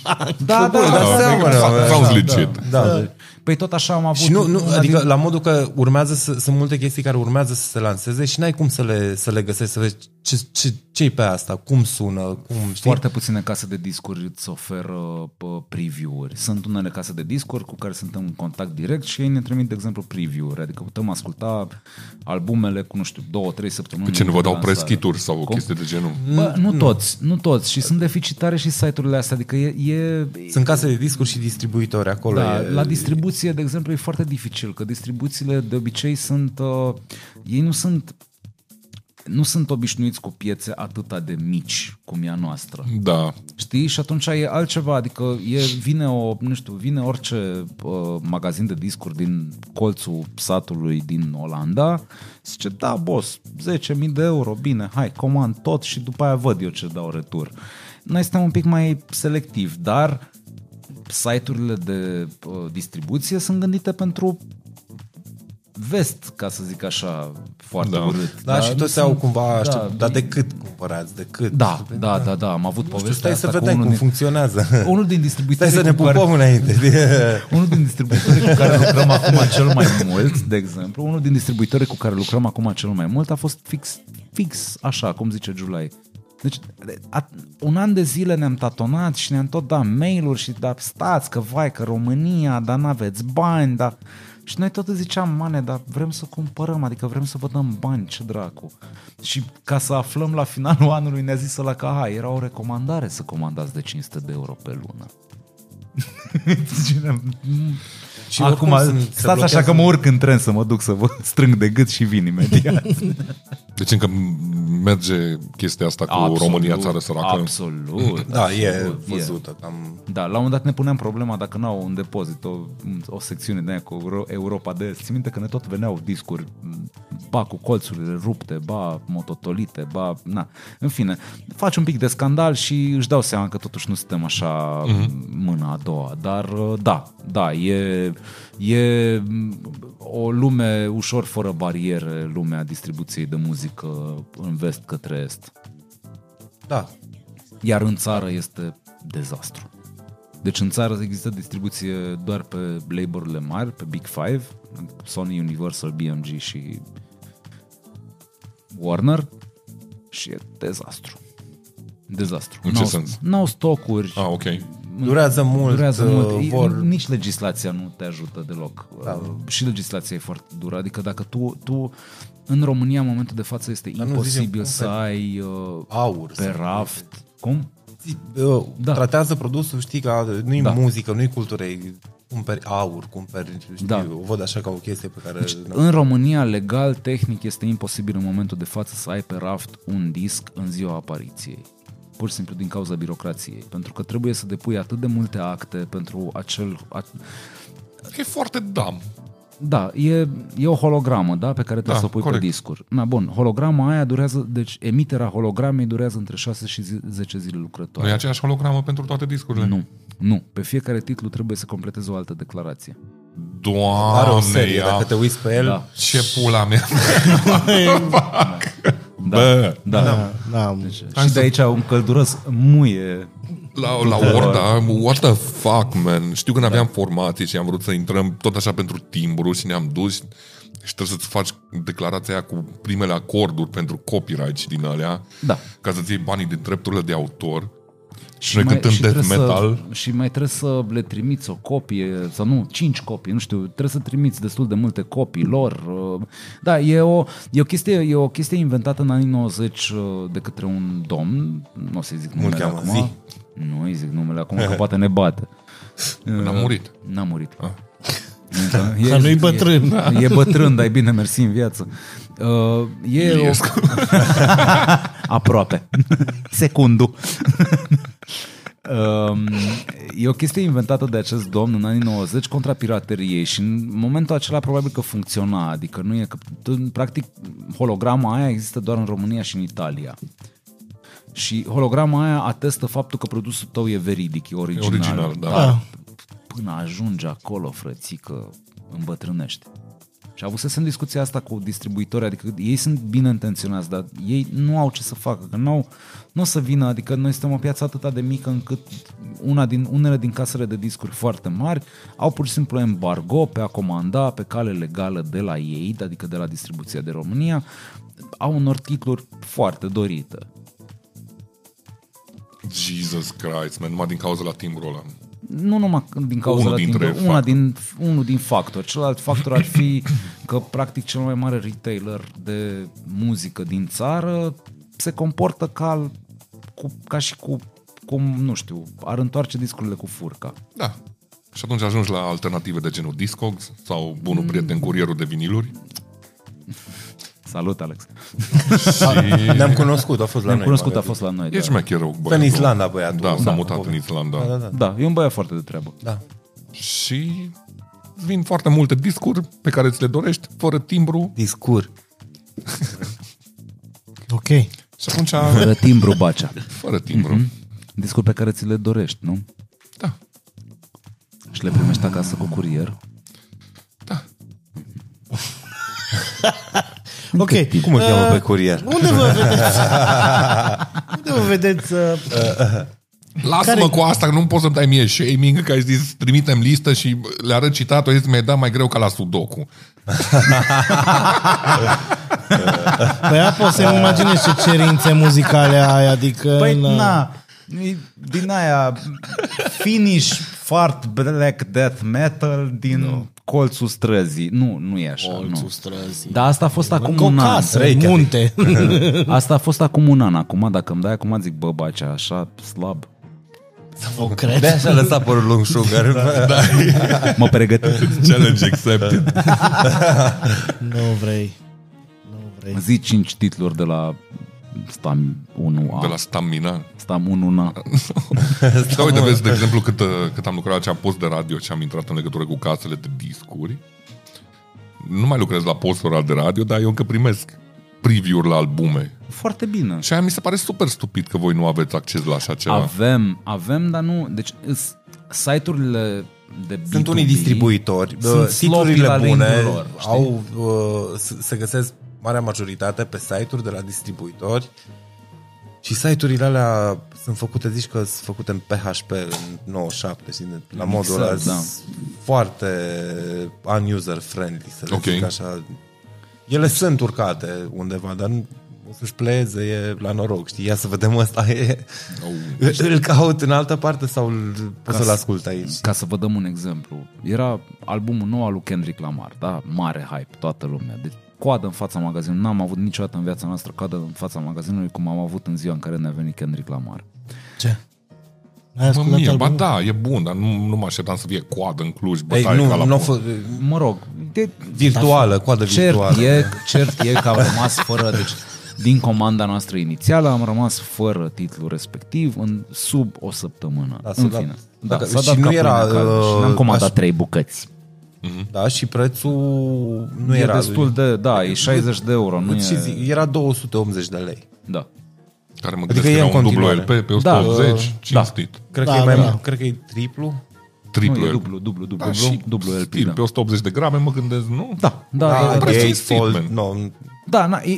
Da, e- Da, da, da, sounds- sounds legit. Da, da. da. păi tot așa am avut... Și nu, nu una adică din- la modul că urmează să, sunt multe chestii care urmează să se lanseze și n-ai cum să le, să le găsești, să vezi ce, ce, ce-i pe asta, cum sună, cum, știi? Foarte puține case de discuri îți oferă pă, preview-uri. Sunt unele case de discuri cu care suntem în contact direct și ei ne trimit, de exemplu, preview-uri. Adică putem asculta albumele cu, nu știu, două, trei Mm, săptămâni. Ce nu vă înainte da, dau de lansare. preschituri sau Cum? chestii de genul? Bă, nu, toți, nu toți. Și sunt deficitare și site-urile astea. Adică e... e Sunt case de discuri și distribuitori acolo. Da, e, la distribuție, de exemplu, e foarte dificil, că distribuțiile de obicei sunt... Uh, ei nu sunt nu sunt obișnuiți cu piețe atâta de mici cum e a noastră. Da. Știi? Și atunci e altceva, adică e, vine, o, nu știu, vine orice uh, magazin de discuri din colțul satului din Olanda și zice, da, boss, 10.000 de euro, bine, hai, comand tot și după aia văd eu ce dau retur. Noi suntem un pic mai selectivi, dar site-urile de uh, distribuție sunt gândite pentru vest, ca să zic așa, foarte Da. da. urât. Da, da, și nu toți sunt- au cumva aștept, da, dar de cât cumpărați, de cât? Da, da, da, da, am avut Știu, povestea stai să asta cu vedem unul cum din- funcționează. unul din Stai distribuitorii să ne cu care, pupăm înainte. unul din distribuitorii cu care lucrăm acum cel mai mult, de exemplu, unul din distribuitorii cu care lucrăm acum cel mai mult a fost fix, fix așa, cum zice July. Deci, a, un an de zile ne-am tatonat și ne-am tot dat mail-uri și da, stați că vai, că România, dar n-aveți bani, dar... Și noi tot ziceam, mane, dar vrem să cumpărăm, adică vrem să vă dăm bani, ce dracu. Și ca să aflăm la finalul anului ne-a zis la că, aha, era o recomandare să comandați de 500 de euro pe lună. Cine- Și și oricum acum, sunt- se stați blochează. așa că mă urc în tren să mă duc să vă strâng de gât și vin imediat. Deci încă merge chestia asta cu România țară săracă. Absolut. Da, e absolut, văzută. Cam... Da, la un moment dat ne puneam problema dacă n-au un depozit, o, o secțiune de aia cu Euro- Europa de Est. Țin minte că ne tot veneau discuri, m, ba cu colțurile rupte, ba mototolite, ba... Na. În fine, faci un pic de scandal și își dau seama că totuși nu suntem așa mm-hmm. mâna a doua. Dar da, da, e, e m, o lume ușor fără bariere, lumea distribuției de muzică în vest către est Da, iar în țară este dezastru. Deci în țară există distribuție doar pe labelurile mari, pe Big Five, Sony, Universal, BMG și Warner și e dezastru. Dezastru. În ce N-au- sens? N-au stocuri. Ah, ok. durează mult. Durează uh, mult. E- Vor... Nici legislația nu te ajută deloc. Da. Și legislația e foarte dură. Adică dacă tu, tu în România în momentul de față este Dar nu zicem imposibil cum să pe- ai uh, Aur pe sau raft. Cum? Uh, Da. Tratează produsul, știi, că nu-i Da. muzică, nu-i cultură, e- cumperi aur, cumperi, știi, Da. o văd așa ca o chestie pe care... Deci, În România, legal, tehnic, este imposibil în momentul de față să ai pe raft un disc în ziua apariției. Pur și simplu din cauza birocrației. Pentru că trebuie să depui atât de multe acte pentru acel... A, E foarte dam. Da, e, e o hologramă, da, pe care trebuie Da, să o pui corect. pe discuri. Na, bun, holograma aia durează, deci emiterea hologramei durează între 6 și zi- 10 zile Nu e Da. lucrătoare. aceeași hologramă pentru toate discurile? Nu, nu. Pe fiecare titlu trebuie să completezi o altă declarație. Are o Doamne, serie, ia, dacă te uiți pe el, Da. ce pula mea fac? Bă, Da. da. Da, Și de aici un călduros muie. la, la Da. Orda, what the fuck, man? Știu când aveam formații și am vrut să intrăm tot așa pentru timbru și ne-am dus și trebuie să-ți faci declarația aia cu primele acorduri pentru copyright și din alea, Da. ca să-ți iei banii din drepturile de autor. Și Noi cântăm death trebuie metal. Să, și mai trebuie să le trimiți o copie, sau nu, cinci copii, nu știu, trebuie să trimiți destul de multe copii lor. uh, Da, e o, e o, chestie, e o chestie inventată în anii 90 uh, de către un domn, nu o să-i zic numele cheamă, acum. zi. Nu îi zic numele acum, că poate ne bate. Uh, N-a murit. N-a murit. Ah. Da, e, Dar nu-i bătrân. da. E, e bătrân, dar e bine mersi în viață. Uh, e o... Aproape. Secundul. Um, e o chestie inventată de acest domn în anii 90 contra pirateriei și în momentul acela probabil că funcționa, adică nu e că tu- practic holograma aia există doar în România și în Italia. Și holograma aia atestă faptul că produsul tău e veridic, e original. original, da. Ah, Dar Până ajungi acolo, frățică, îmbătrânești. Și avusesem discuția asta cu distribuitorii, adică ei sunt bine intenționați, dar ei nu au ce să facă, că n-au, nu o să vină, adică noi suntem o piață atât de mică încât una din, unele din casele de discuri foarte mari au pur și simplu embargo pe a comanda pe cale legală de la ei, adică de la distribuția de România, au unor titluri foarte dorite. Jesus Christ, man, numai din cauza la timbrul ăla. nu numai din cauza Unul la dintre timp, una factori. din, unul din factori. Celălalt factor ar fi că practic cel mai mare retailer de muzică din țară se comportă ca, cu, ca și cu cum, nu știu, ar întoarce discurile cu furca. Da. Și atunci ajungi la alternative de genul Discogs sau bunul Mm. prieten curierul de viniluri. Salut, Alex! ne-am cunoscut, a fost la da. Ne-am noi. cunoscut, a magazinul. fost la noi. E Da. și mai rău. În Islanda, băiatul. Da, s-a Da, mutat în povestea. Islanda. Da, da, da. da, e un băiat foarte de treabă. da. Și vin foarte multe discuri pe care ți le dorești, fără timbru. Discur. ok. Și atunci, Fără timbru, Bacea. fără timbru. Discuri pe care ți le dorești, nu? Da, Și le primești acasă cu curier. da. Ok. Cum îl cheamă pe curier? Unde vă vedeți? Unde vă vedeți? uh, Lasă-mă Care- cu asta, că nu poți să-mi dai mie shaming, că ai zis, trimitem listă și le arăt citatul, ai zis, mi-ai dat da, mai greu ca la Sudoku. Păi a, pot să-mi imaginez ce cerințe muzicale ai, adică... Păi na. na, e din aia finish fart black death metal din no. colțul străzii. Nu, nu e așa. nu. străzii. Dar asta a fost acum Cu o un an. casă, munte. Asta a fost acum un an. Acum, dacă îmi dai acum, zic, bă, bacea, așa, slab. O cred. De așa lăsa părul lung sugar. Da. Mă pregăti. Challenge accepted. Nu vrei. Nu vrei. Zi 5 titluri de la Stam 1A. De la Stamina. Stam 1A. Da, uite, vezi, de exemplu, cât, uh, cât am lucrat la acea post de radio și am intrat în legătură cu casele de discuri, nu mai lucrez la postul ăla de radio, dar eu încă primesc preview-uri la albume. Foarte bine. Și aia mi se pare super stupid că voi nu aveți acces la așa ceva. Avem, avem, dar nu... Deci, îs- site-urile de B2B, Sunt unii distribuitori. Sunt Sunt titlurile sloppy la bune rândul lor, știi? au, uh, s- se găsesc marea majoritate pe site-uri de la distribuitori și site-urile alea sunt făcute, zici că sunt făcute în PHP în 97, știi, la modul Mixat, ăla da. da. foarte unuser friendly, să le Ok. zic așa. Ele sunt urcate undeva, dar nu, o să-și pleze, e la noroc, știi? Ia să vedem ăsta e... Îl caut în altă parte sau îl, pot să-l ascult aici? Oh. Ca să vă dăm un exemplu, era albumul nou al lui Kendrick Lamar, da? Mare hype, toată lumea. Deci coadă în fața magazinului. N-am avut niciodată în viața noastră coadă în fața magazinului cum am avut în ziua în care ne-a venit Kendrick Lamar. Ce? Ai Mă, ascultat mie, ba albumul? da, e bun, dar nu, nu mă așteptam să fie coadă în Cluj, Ei, bătaie ca nu, la nu a post. fost Mă rog, de, virtuală, coadă cert, virtuală. Da, e, cert e că am rămas fără... Deci, din comanda noastră inițială am rămas fără titlul respectiv în sub o săptămână. Da, Da, s-a în dat- fine. Da, dacă- s-a și dat nu capul era, în acaz și uh, n-am comandat aș- trei bucăți. Da, și prețul nu e era... destul de, da, e 60 de euro, nu Cât și e... zic, era 280 de lei. Da. Care mă gândesc e că era în un dublu continuare. LP pe Da, 180, da. cinstit. Cred Da, că e mai da. mult, cred că e triplu. Triplu nu, e LP. dublu, dublu, dublu, Da, și dublu LP, stil, da. Pe 180 de grame mă gândesc, nu? Da, da, da, da, da. da. e prețul e fold, Steelman. no, da na, e,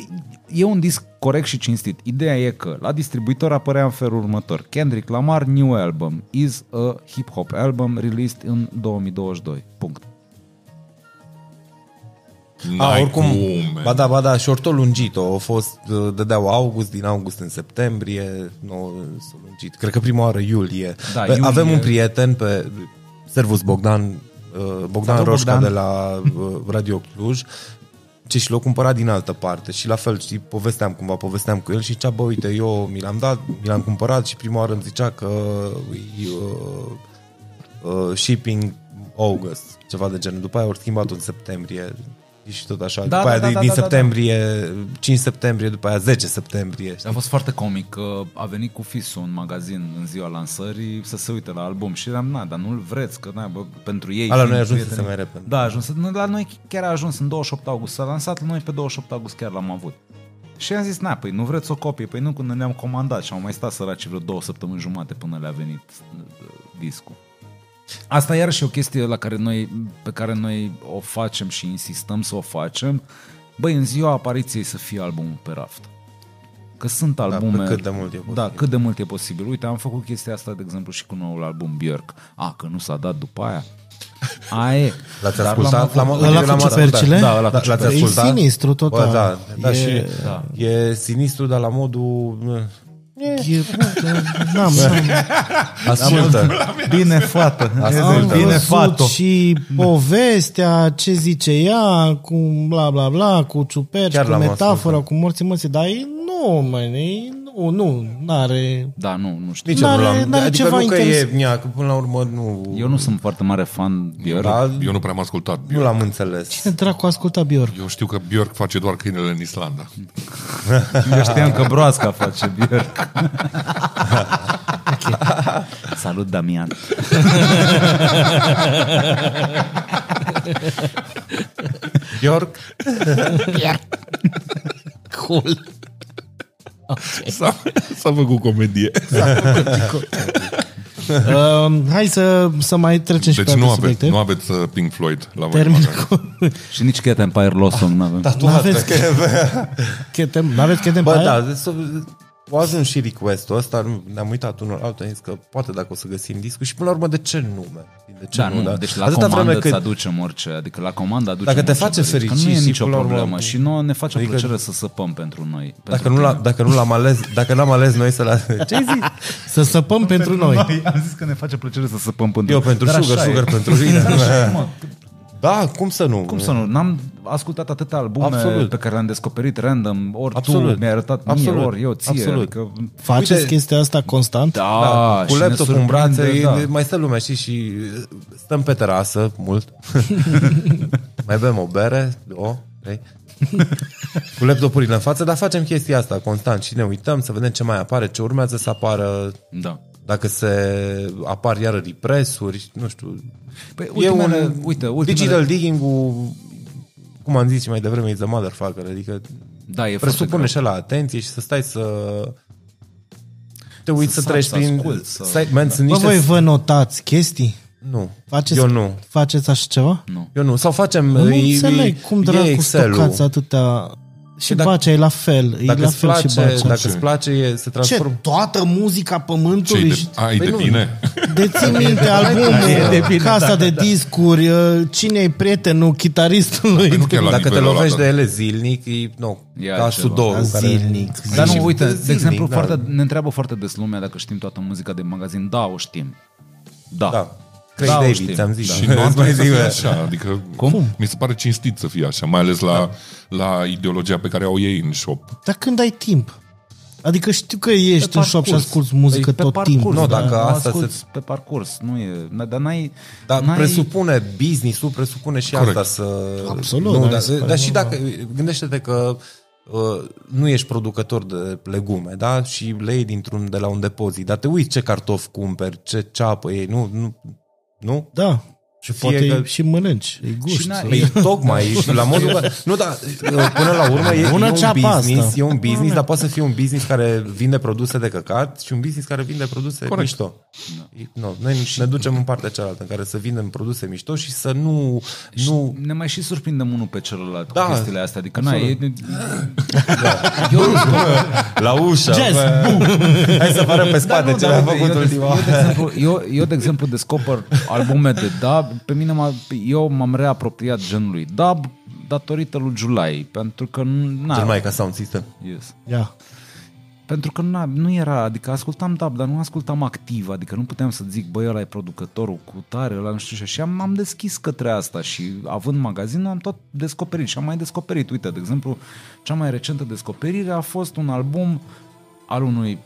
e un disc corect și cinstit. Ideea e că la distribuitor apărea în felul următor. Kendrick Lamar, new album, is a hip-hop album released în 2022. Punct. A, N-ai oricum, Cum, ba da, ba da, și orto lungit-o. A fost, uh, dădeau august, din august în septembrie, nu, s-a lungit. Cred că prima oară iulie. Da, Pe- iulie. Avem un prieten pe Servus Bogdan, uh, Bogdan Salut, Roșca Bogdan. de la uh, Radio Cluj, ce și l-a cumpărat din altă parte și la fel, și povesteam cumva, povesteam cu el și zicea, bă, uite, eu mi l-am dat, mi l-am cumpărat și prima oară îmi zicea că e, uh, uh, shipping August, ceva de genul. După aia au schimbat în septembrie și tot așa. Da, după aia da, da, din da, da, septembrie, da, da. 5 septembrie, după aia 10 septembrie. Deci, A fost foarte comic că a venit cu fisul în magazin în ziua lansării să se uite la album și eram, na, dar nu-l vreți, că na, bă, pentru ei... Ala, nu a fiind ajuns să se prieteni- mai repede. Da, a ajuns. Nu, La noi chiar a ajuns în 28 august. S-a lansat, noi pe 28 august chiar l-am avut. Și am zis, na, păi nu vreți o copie? Păi nu, când ne-am comandat și au mai stat săraci vreo două săptămâni jumate până le-a venit uh, discul. Asta iarăși e o chestie la care noi, pe care noi o facem și insistăm să o facem. Băi, în ziua apariției să fie albumul pe raft. Că sunt albume... Da, cât de mult e posibil. Da, cât de mult e posibil. Uite, am făcut chestia asta, de exemplu, și cu noul album Björk. A, că nu s-a dat după aia? Aia e. L-ați Dar ascultat? L-am avut. uite, Ăla eu cu ciupercile? Da, ăla cu Da, e ciupercile. sinistru total. Bă, da, da, E- și, e sinistru, dar la modul... E- N-am, n-am. Ascultă. Bine, fată. Am Ascultă. Bine, văzut fată. și povestea, ce zice ea, cu bla bla bla, cu ciuperci, Chiar cu l-am metafora, cu morții mății, dar e, nu, mă, e, nu, nu, n-are... Da, nu, nu știu. Nici eu nu N-are- l-am... n-are Adică ceva nu că e interes- nea, că până la urmă nu... Eu nu sunt foarte mare fan Björk. Da. da, Eu nu prea am ascultat nu Björk. l-am înțeles. Cine dracu asculta Bjork? Eu știu că Björk face doar câinele în Islanda. Eu știam că broasca face Björk. Salut, Damian. York, Cool. S-a, s-a făcut comedie. Uh, hai să, să mai trecem și Deci pe alte nu aveți, subiecte. nu aveți uh, Pink Floyd la voi. în Termin magazin. cu... Și nici Cat Empire Lost Ah, Song nu avem. Da. Nu aveți chetem, nu aveți chetem pe Bă, aia? da, deci să- o ajuns și request-ul ăsta, nu- ne-am uitat unul altul, am zis că poate dacă o să găsim discul și până la urmă de ce nume? De ce Da, nu, deci la Atâta comandă vreme îți cât aducem orice, adică la comandă aducem Dacă te orice face dorești, că fericit nu e și nicio până la urmă- problemă și nouă ne face Adică- plăcere să săpăm pentru noi. dacă pentru nu, tine. la, dacă nu l-am ales, dacă n-am ales noi să la... Ce ai zis? Să săpăm pentru noi. Am zis că ne face plăcere să săpăm pentru Eu pentru Dar sugar, așa e. sugar pentru vine. Așa e, mă. Da, cum să nu? Cum să nu? N-am ascultat atâtea albume Absolut. pe care le-am descoperit random, ori tu Absolut. mi-ai arătat mie, Absolut. ori eu ție. Absolut. Adică, Faceți Uite- chestia asta constant? da, Da, și cu ne laptopul în surprinde, brațe, da. da. mai stă lumea, știi, și stăm pe terasă mult. mai bem o bere, o, trei. cu laptopurile în față, dar facem chestia asta constant și ne uităm să vedem ce mai apare, ce urmează să apară, da. dacă se apar iară represuri, nu știu. Păi, ultimele, e un uite, ultimele, digital digging-ul, cum am zis și mai devreme, is a motherfucker, adică da, e foarte presupune greu. și la atenție și să stai să te uiți Să să, sapi, treci să prin... asculți, să- Stai, man, sunt Bă, niște... voi vă notați chestii? Nu. Faceți, Eu nu. Faceți așa ceva? Păi, Eu nu. Sau facem... Nu îi- înțeleg îi- cum e dracu Excel-ul. stocați atâtea... Și dacă- Bacea e la fel, e Dacă la îți fel și place, Bacea. dacă îți place, e, se Ce, transformă. toată muzica Ce-i pământului? de, ai de Da, nu. bine? De țin minte albumul, da, casa de discuri, ă, cine e prietenul chitaristului? Păi nu chiar la Dacă te nivelul ăla, lovești da. dar- de ele zilnic, e, nu, Da, E ca altceva. sudorul. Care... Zilnic. Dar Și nu, uite, zilnic, de exemplu, da. foarte, ne întreabă foarte des lumea dacă știm toată muzica de magazin. Da, o știm. Da. Da. Craig Da, o David, știm. ți-am zis. Și da. nu ar Îți mai trebui să zic, fie bă. așa, adică Cum? mi se pare cinstit să fie așa, mai ales la, Da. la ideologia pe care au ei în shop. Dar când ai timp? Adică știu că ești în shop și parcurs. asculti muzică Păi, pe tot parcurs, timpul. Nu, da, dacă o asta se- Da, asculți pe parcurs, nu e... na- Dar n-ai... Dar n-ai... presupune business-ul, presupune și Corect. asta să... Absolut, da, Nu, mi dar, se pare dar și dacă... Gândește-te că uh, nu ești producător de legume, da? Și le iei dintr-un, de la un depozit, dar te uiți ce cartofi cumperi, ce ceapă iei, nu? Nu? nu? Da. Și Fie poate că- că... și mănânci, e gust. Și n-ai- sau- Păi tocmai, la modul că... Nu, dar uh, până la urmă e, e un Bună ceapa business, asta. e un business, dar poate să fie un business care vinde produse de căcat și un business care vinde produse Corect. mișto. Da. No, noi ne ducem în partea cealaltă în care să vindem produse mișto și să nu... nu Ne mai și surprindem unul pe celălalt da, Da, cu chestiile astea. Adică, na, e, eu la ușă. Jazz! Da, bă. Hai să vă arăt pe spate ce dar am uite, făcut eu, de, eu, ultima de exemplu, eu, eu, de exemplu, descoper albume de dub. Pe mine, m-a, eu m-am reapropiat genului dub datorită lui July, pentru că... Na, Cel mai ca sound system. yes. Ia. Pentru că na, nu era, adică ascultam dub, dar nu ascultam activ, adică nu puteam să zic, băi, ăla e producătorul cu tare, ăla nu știu ce, și am, am deschis către asta și având magazinul am tot descoperit și am mai descoperit, uite, de exemplu, cea mai recentă descoperire a fost un album al unui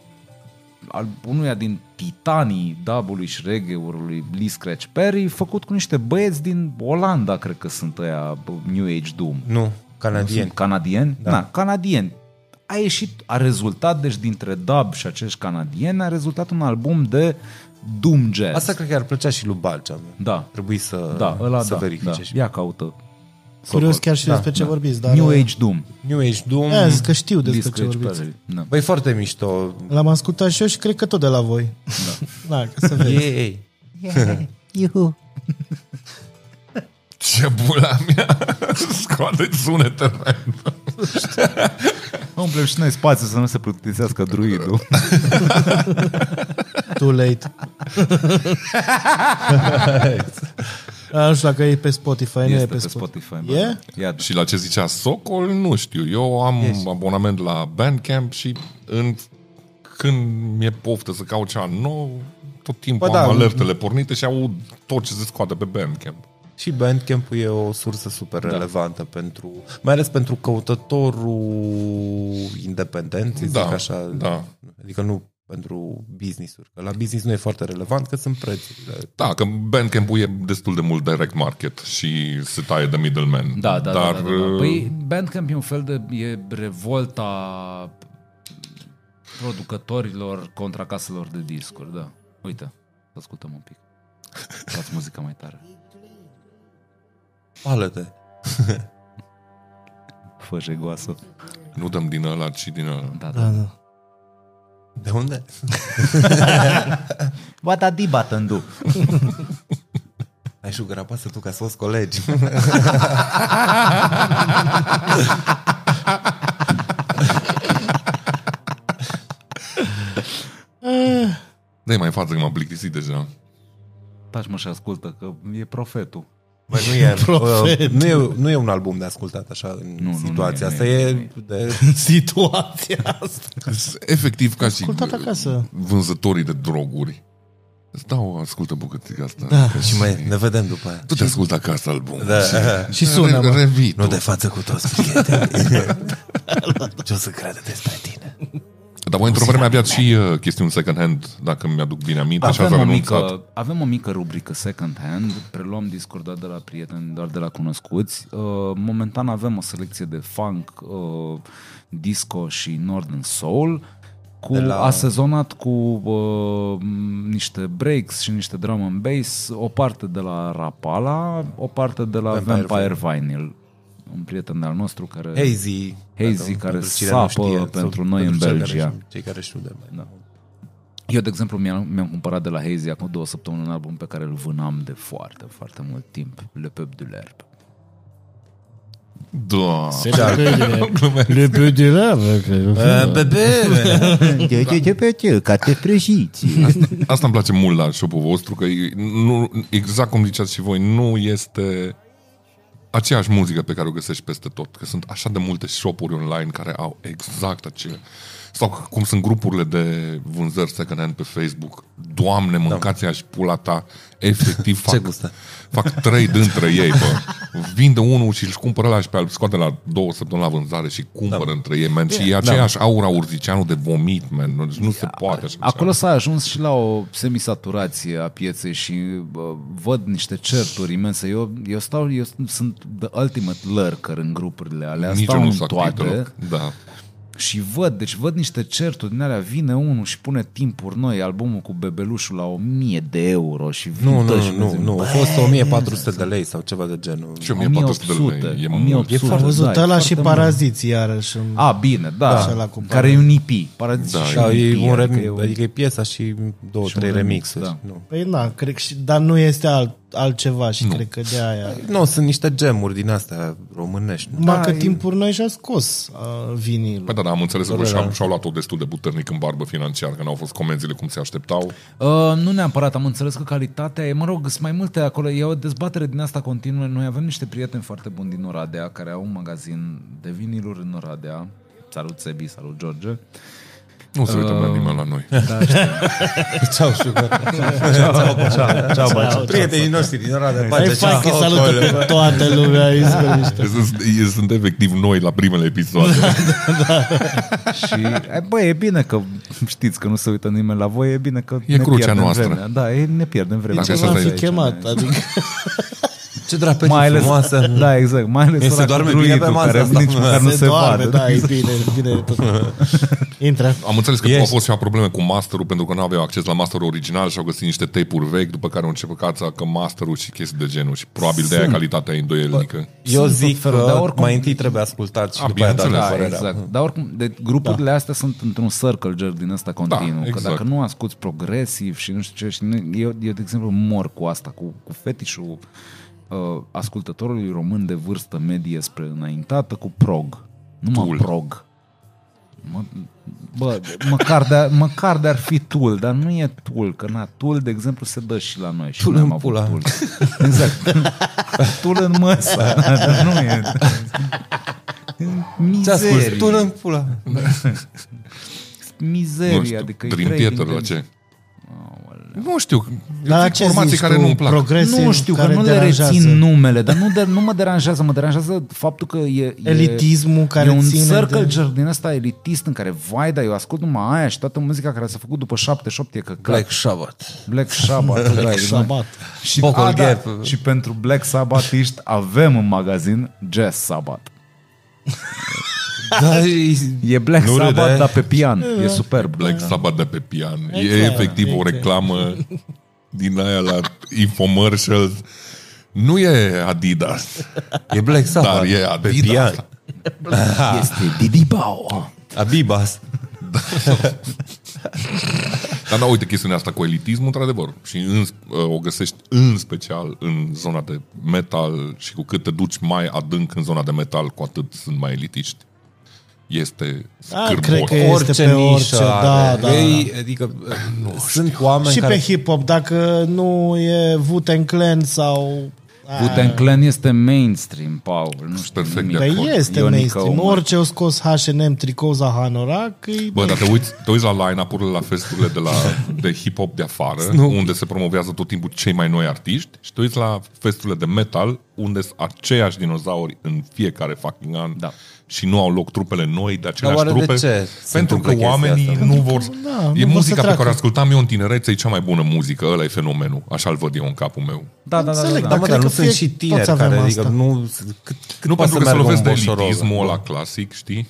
al unuia din titanii dubului și reggae-ului Lee Scratch Perry, făcut cu niște băieți din Olanda, cred că sunt ăia bă, New Age Doom. Nu, canadien. Sunt canadieni? Da. Na, canadieni. A ieșit, a rezultat, deci dintre dub și acești canadieni, a rezultat un album de doom jazz. Asta cred că ar plăcea și lui Balcea. mă. Da. Trebuie să, da, ăla să da, verifice. da. și- Ia caută. Curios chiar și despre ce vorbiți, dar... Da. New Age doom. New Age Doom. Da, zic că știu Lee despre ce Scratch vorbiți. Perry. Da. Băi, foarte mișto. L-am ascultat și eu și cred că tot de la voi. Da. da ca să vezi. Ei, Ce bula mea! Scoate-ți sunete, random. Umplem și noi spațiu să nu se plutisească druidul. Too late. A, nu știu dacă e pe Spotify, nu Este e pe pe Spotify. E? bă. Ia, Și la ce zicea Socol, nu știu. Eu am yes. abonament la Bandcamp și în, când mi-e poftă să caut cea nou, tot timpul Bă, am da. alertele pornite și aud tot ce se scoate pe Bandcamp. Și Bandcamp e o sursă super da. relevantă pentru, mai ales pentru căutătorul independent, să Da, zic așa. da. Adică nu pentru business-uri. Că la business nu e foarte relevant, că sunt prețurile. Da, că Bandcamp-ul e destul de mult direct market și se taie de middleman. Da, da, Dar, Dar, da, da, da. Păi Bandcamp e un fel de e revolta producătorilor contra caselor de discuri, da. Uite, să ascultăm un pic. Dați muzica mai tare. Palete. Fă jegoasă. Nu dăm din ăla, ci din ăla. Da, da. Da, da. De unde? Ba da di batându. Ai șugăra pasă tu ca să fost colegi. Da, mai în față că m-am plictisit deja. Taci mă și ascultă că e profetul. Bă, nu, e, uh, nu, e, nu e un album de ascultat așa în nu, nu, situația nu e, asta. nu e, e, de... Situația asta. Efectiv, ca și Ascultat acasă. vânzătorii de droguri. Îți dau, ascultă bucățica asta. Da. Și mai ne vedem după aia. Tu te ascultă acasă albumul. Da. Și sună, Re- mă. revii Nu tu. da. de față cu toți prietenii. Ce o să creadă despre tine? Dar voi într-o vreme aviați și uh, chestiuni second hand, dacă mi-aduc bine aminte, Da, și ați Avem o, anunțat. mică, avem o mică rubrică second hand, preluăm discuri doar de la prieteni, doar de la cunoscuți. Uh, momentan avem o selecție de funk, uh, disco și northern soul, cu, la... asezonat cu uh, niște breaks și niște drum and bass, o parte de la Rapala, o parte de la Vampire, Vampire Vampire Vinyl, un prieten de-al nostru care... Hazy. Hazy, Pentru care cine nu sapă știe, pentru sau noi în cei care Belgia. știu- Cei care știu de mai da. Eu, de exemplu, mi-am, mi-am cumpărat de la Hazy acum două săptămâni un album pe care îl vânam de foarte, foarte mult timp, Le Peuple de l'Herbe. Da. Le peu de la... Asta îmi place mult la show-ul vostru, că e- nu, exact cum ziceați și voi, nu este aceeași muzică pe care o găsești peste tot. Că sunt așa de multe shop-uri online care au exact acele. Sau cum sunt grupurile de vânzări second-hand pe Facebook. Doamne, mâncați aș pula ta. Efectiv fac, gustă? fac trei dintre ei, bă. Vinde unul și îl cumpără la și pe alb, scoate la două săptămâni la vânzare și cumpără da. între ei, man. Și e aceeași aura urziceanu de vomit, man. Deci nu se poate așa ceva. Acolo s-a ajuns și la o semisaturație a pieței și bă, văd niște certuri imense. Eu, eu stau, eu sunt the ultimate lurker în grupurile alea, Nici eu stau nu în sunt activ toate deloc. Da. Și văd, deci văd niște certuri din alea, vine unul și pune timpuri noi, albumul cu bebelușul la 1000 de euro și vin Nu, nu, toți și nu, nu, zic, nu. "Bă, A fost 1400 de lei sau ceva de genul. Ce 1400 de lei. E mult. 1800, Am văzut da, e ăla și foarte mult. paraziți iarăși. în- A, bine, da. Și ăla da cu care e un IP. Paradis Da, și Da, e IP, un adică remix, e un- adică e piesa și două, și un trei remix, remixuri. da. Nu. Păi na, cred, că și, dar nu este alt, altceva și nu. cred că de Da, aia. nu, sunt niște gemuri din astea românești. nu? Numai că timpuri noi și-a scos uh, vinil. Păi da, dar am înțeles că și-au, și-au luat-o destul de puternic în barbă financiar, că n-au fost comenzile cum se așteptau. Uh, nu neapărat, am înțeles că calitatea e, mă rog, sunt mai multe acolo, e o dezbatere din asta continuă. Noi avem niște prieteni foarte buni din Oradea, care au un magazin de viniluri în Oradea. Salut Sebi, salut George. Nu se uită uh... nimeni la noi. Ceau, sugar. da, Ceau, ceau, Prietenii noștri din Oradea. Hai, pace, fac, ceau. salută pe toată lumea. îi spun niște. Sunt, sunt efectiv noi la primele episoade. Și, e, băi, e bine că știți că nu se uită nimeni la voi, e bine că E ne crucea pierdem noastră. Vremea. Da, e, ne pierdem vremea. Dacă Ce Asta l-am e fi aici, chemat? Adică, Ce drapetă mai ales, frumoasă. da, exact, mai ales Mi se ăla cu doarme bine druidul pe masă care asta. nici măcar nu se, se doarme, vadă. da, e bine, e bine. e tot. Intră. Am înțeles că Ești. au fost ceva probleme cu masterul pentru că nu aveau acces la masterul original și au găsit niște tape-uri vechi, după care au început cața că masterul și chestii de genul și probabil de aia calitatea e îndoielnică. Eu Sunt tot zic felul, că dar oricum- mai întâi trebuie ascultat și A, după aia dat bineînțeles, părerea. Exact. Dar oricum, de, grupurile da. astea sunt într-un circle jerk din ăsta continuu. Da, exact. exact. Că dacă nu asculti progresiv și nu știu ce, și nu, eu, eu, de exemplu, mor cu asta, cu, cu fetișul uh, ascultătorului român de vârstă medie spre înaintată cu prog. Numai Tool. prog. Mă, bă, măcar de, măcar de-ar fi tool, dar nu e tool, că na, tool, de exemplu, se dă și la noi. Și Tool noi am în avut pula. Tool. Exact. tool în măsă. Da, dar nu e. Ce asculti? Mizerie. Tu în pula. Nu Mizerie, știu, adică e Dream trei Theater la din- ce? Nu știu, eu Dar zic ce formații zici care tu, nu-mi plac. progresiv, Nu știu, că care nu le deranjează? rețin numele, dar nu, de, nu mă deranjează, mă deranjează faptul că e... e Elitismul care E un ține circle de- jerk din ăsta elitist în care, vai, da, eu ascult numai aia și toată muzica care s-a făcut după 78 e căcat. Black, Shabbat. Black Sabbath. Black da, Sabbath. Și, Vocal a, da, Gap. și pentru Black Sabbathiști avem în magazin Jazz Sabbath. Da, e- E Black Nu nu Sabbath, râde. dar pe pian. E superb. Black Da. Sabbath de pe pian. e Exact. efectiv o reclamă din aia la infomercial. Nu e Adidas, Da, e Black Sabbath. dar e Pe Adidas. pian. Este Didi Bao. Abibas. Dar da, uite chestiunea asta cu elitismul, într-adevăr. Și în, uh, o găsești în special în zona de metal și cu cât te duci mai adânc în zona de metal, cu atât sunt mai elitiști. Este Ah, scârbos. cred că e- Este Orice pe nișă orice, are. da, da, Ei, adică nu sunt oameni Și care... pe hip-hop, dacă nu e Wu-Tang Clan sau... Wu-Tang Clan este mainstream, Paul. Nu știu Perfect nimic. de Păi acord. este Ionica mainstream. Omar. Orice o scos H&M, tricou Zahanorac, e... Bă, dar te uiți, te uiți la line-up-urile la festurile de, la, de hip-hop de afară, nu. unde se promovează tot timpul cei mai noi artiști, și te uiți la festurile de metal, unde sunt aceiași dinozauri în fiecare fucking an Da. și nu au loc trupele noi de aceleași oare de trupe, ce se pentru întâmplă că chestia oamenii asta? nu vor... da, nu e vor să muzica pe treacă. care o ascultam eu în tinerețe, e cea mai bună muzică, ăla e fenomenul, așa-l văd eu în capul meu. Da, da, da, da, Înțeleg, da. Da, Dar mă, cred dar nu că sunt fie- și tineri toți avem care, asta. adică, nu... Cât, cât Nu pentru că se lovesc de elitismul elitismul ăla clasic, știi?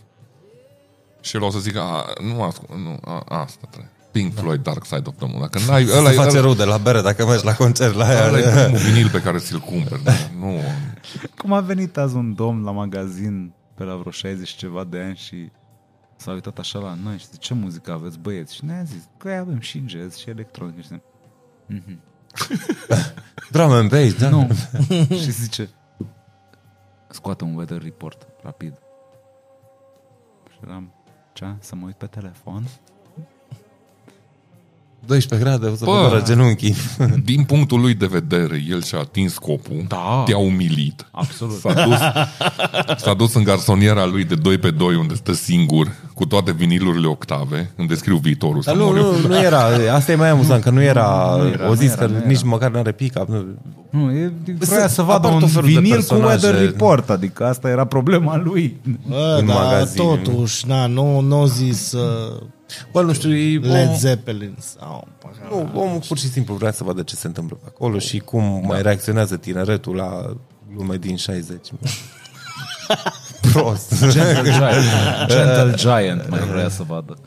Și el o să zică, a, nu, ascult, nu a, asta trebuie. Pink Floyd, Dark Side of the Moon. Dacă n-ai, ăla, Ăla e- face ăla, rău de la bere dacă mergi la concert la ăla e aia. primul vinil pe care ți-l cumperi. da. Nu, Cum a venit azi un domn la magazin pe la vreo 60 și ceva de ani și s-a uitat așa la noi și zice, ce muzică aveți băieți? Și ne-a zis, că avem și jazz și electronic. Și zice, Drum and bass, da? nu. și zice, scoate un weather report, rapid. Și eram, ce? Să mă uit pe telefon? 12 grade, o să Bă. vă doară genunchii. din punctul lui de vedere, el și-a atins scopul, Da. te-a umilit. Absolut. S-a dus, s-a dus în garsoniera lui de 2 pe 2 unde stă singur, cu toate vinilurile octave. Îmi descriu viitorul. Dar să nu, mor eu. nu, nu era, asta e mai amuzant, că nu era, nu era, o zis nu era, că nu era. nici măcar nu are pick-up. nu. Nu, e, vrea să apar vadă tot un felul de vinil cu personaje. weather report, adică asta era problema lui. Bă, în dar magazin. totuși, na, nu, nu zis uh, Bă, nu știu, e Led om- Zeppelin sau... păcat. Nu, omul pur și simplu vrea să vadă ce se întâmplă pe acolo și cum mai reacționează tineretul la glume din 60. prost. Gentle Giant. Gentle Giant mai vrea să vadă.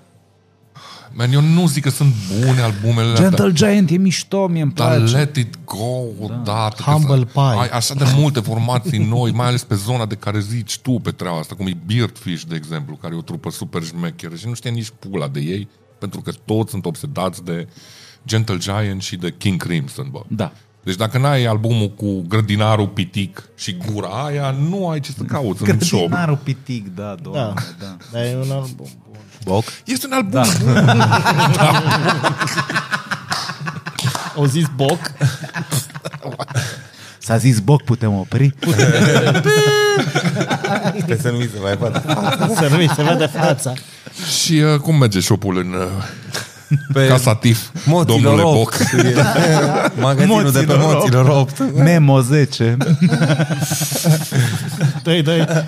Man, eu nu zic că sunt bune albumele Gentle Giant e mișto, mie îmi Da, Dar place. let it go odată. că Humble să- Pie. Ai așa de multe formații noi, mai ales pe zona de care zici tu pe treaba asta, cum e Beardfish, de exemplu, care e o trupă super șmecheră și nu știe nici pula de ei, pentru că toți sunt obsedați de Gentle Giant și de King Crimson, bă. Da. Deci dacă n-ai albumul cu grădinarul pitic și gura aia, nu ai ce să cauți în shop. Grădinarul pitic, da, Da, doamne, da. Dar e un album bun. Boc? Este un album da. bun. O zis Boc? S-a zis boc, putem opri? Pe să nu mi se mai vadă. Să nu-i se vede fața. Și uh, cum merge shop-ul în uh, Pe casativ, Moților domnule opt. Boc? Magazinul de pe Moților Moților 8. Memo 10. Dă-i, dă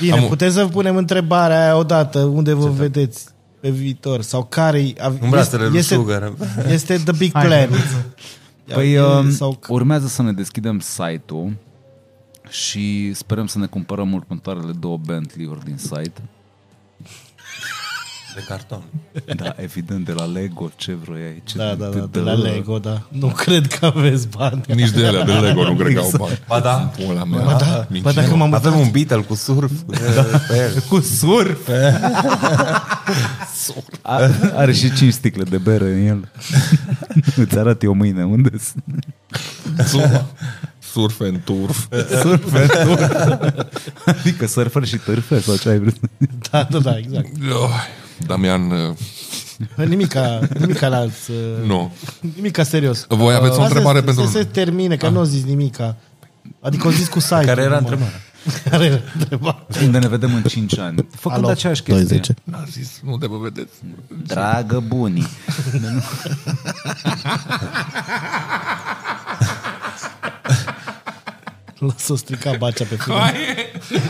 Bine, Am- Am... putem să punem întrebarea aia odată, unde vă vedeți pe viitor? Sau care În brațele lui Sugar. Este the big plan. Ia Păi el um, sau... urmează să ne deschidem site-ul și sperăm să ne cumpărăm următoarele două Bentley-uri din site. De carton. Da, evident, de la Lego, ce vroiai. Ce Da, da, da, de la Lego, da. Nu cred că aveți bani. Nici de alea de Lego nu cred că au bani. Exact. Ba da. Pula mea. Ba da, ba dacă m-am mutat. Avem un Beatle cu surf. eh, Pe el. Cu surf. A, are și 5 sticle de bere în el. Îți arăt eu mâine unde sunt. Suma. Surf and turf. Da. Surfer, Adică surfer și târfe sau ce ai vrut. Da, da, da, exact. Oh, Damian, uh, Nimica, nimica la alți. uh, nu. Nimica serios. Voi aveți o Asta întrebare să, pentru- Ah. Să se termine, că nu au zis nimica. Adică au zis cu site Care era întrebarea? Care era întrebarea? Unde ne vedem în 5 ani. Făcând Alo, aceeași chestie. 20. N-a zis, nu te vă vedeți. Da. Dragă bunii. Lasă-o strica bacea pe film. Hai,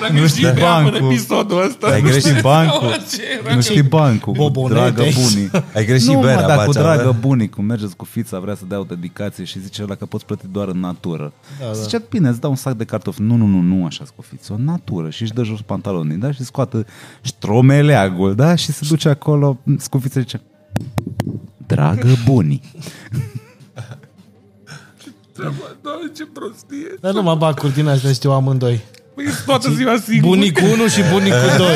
dacă nu știi bancul. în episodul ăsta. Ai nu greșit știu bancul. ce era, Nu că- știi bancul, cu Bobonete. dragă bunii. Ai greșit nu, berea, mă, dar cu bacea, dragă da? bunii, cum mergeți cu fița, vrea să dea o dedicație și zice ăla că poți plăti doar în natură. Da, da. Zice, bine, îți dau un sac de cartofi. Nu, nu, nu, nu, așa cu fița, în natură. Și își dă jos pantalonii, da? Și scoate ștromeleagul, da? Și se duce acolo, scufiță zice, dragă bunii. Doamne, ce prostie. Dar nu mă bacuri din astea, știu amândoi. Păi, ești toată ziua singur. Bunicul 1 și bunicul 2.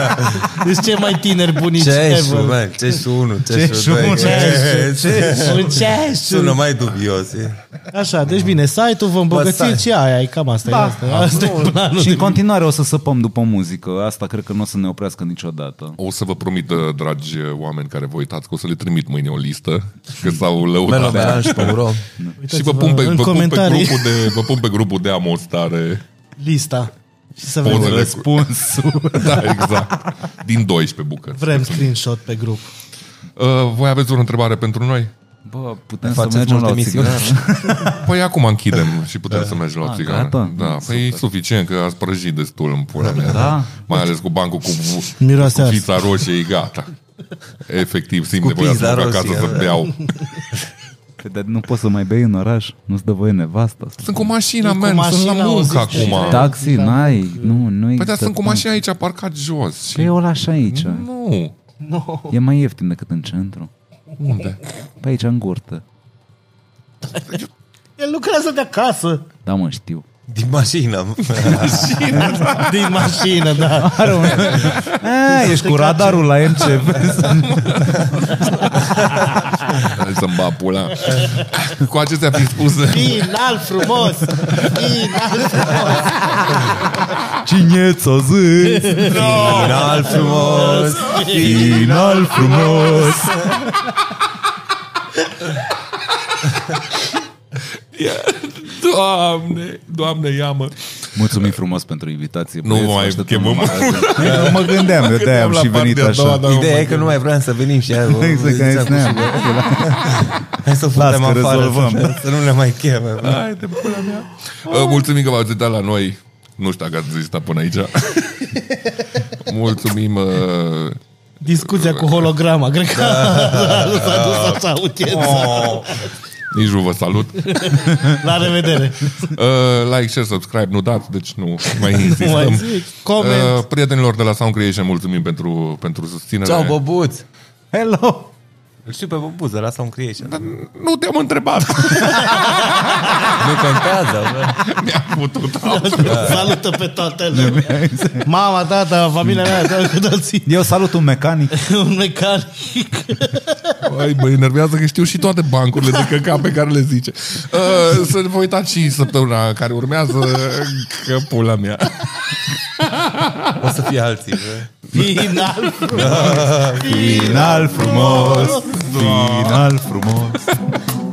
Deci ce mai tineri bunici Ceșu, ever. man, ceșu 1, ceșu 2. Un Sună ceașul. mai dubios. e. Așa, deci bine, site-ul vă îmbogățiți și aia, e cam asta. Da. E asta, asta e planul. și în continuare o să săpăm după muzică. Asta cred că nu o să ne oprească niciodată. O să vă promit, uh, dragi uh, oameni care vă uitați, că o să le trimit mâine o listă, că s-au Melo lăudat. Melange pe ro. Și vă pun, pe, da. în vă, pun pe comentarii grupul de, vă pun pe grupul de amostare lista. Și să pozele. vedem. cu- da, exact. Din 12 bucăți. Vrem screenshot pe grup. Uh, voi aveți o întrebare pentru noi? Bă, putem să Faceți mergem la multe o emisiuni. țigară? Păi acum închidem și putem să mergem la Ah, țigară. gata? Da, păi e suficient că ați prăjit destul în pula mea. Da. Mai ales cu bancul cu, Miroase cu ars. fița roșie, e gata. Efectiv, simt Cu nevoia să pizza merg acasă roșie, să da. beau. Că de- Păi, nu poți să mai bei în oraș, nu-ți dă voie nevasta. Sunt cu mașina, cu man, sunt la mașina, muncă auziți ce acum. trebuie. Da. Taxi, n-ai, nu, nu există. Păi dar sunt cu taxi. mașina aici, parcat jos. Da. Păi Și... eu o lași aici. Nu. E mai ieftin decât în centru. Unde? Pe aici, în gurtă. El lucrează de acasă. Da, mă, știu. Din mașină. Din mașină, da. A, ești cu radarul la MCV. Hai să-mi bat pula. Cu acestea fiind spuse, Final frumos. Final Cine ți-o zis? Final frumos. Final frumos. Doamne, Doamne, ia-mă. Mulțumim frumos pentru invitație. Nu băieți, vă mai așteptăm chemăm. la magazin. Mă gândeam, eu de-aia am și venit așa. Ideea e că nu mai vreau să venim și aia. vă- Exact, că ziceam ne cu sneam. Sugar. Hai să Las futem că afară. rezolvăm. să- Să nu ne mai cheme. bă. Hai de pula mea. Uh, Mulțumim că v-ați uitat la noi. Nu știu dacă ați existat până aici. Mulțumim. Uh, Da. Oh. Discuția cu holograma. Cred că s-a dus așa audiența. Nici nu vă salut. La revedere! Uh, like, share, subscribe, nu dați, deci nu mai insistăm. Mai zic, comment. Uh, prietenilor de la Sound Creation, mulțumim pentru, pentru susținere. Ceau, băbuț! Hello! Îl știu pe băbuț, de la Sound Creation. Nu te-am întrebat. Nu contează, bă. Mi-am putut. Salută pe toată lumea! Mama, tata, familia mea, toată cu toții! Eu salut un mecanic. Un mecanic! Ai, mă enervează că știu și toate bancurile de căca pe care le zice. Uh, să vă uitați și săptămâna care urmează, că pula mea. O să fie alții, bă. Final! Final frumos! Final frumos!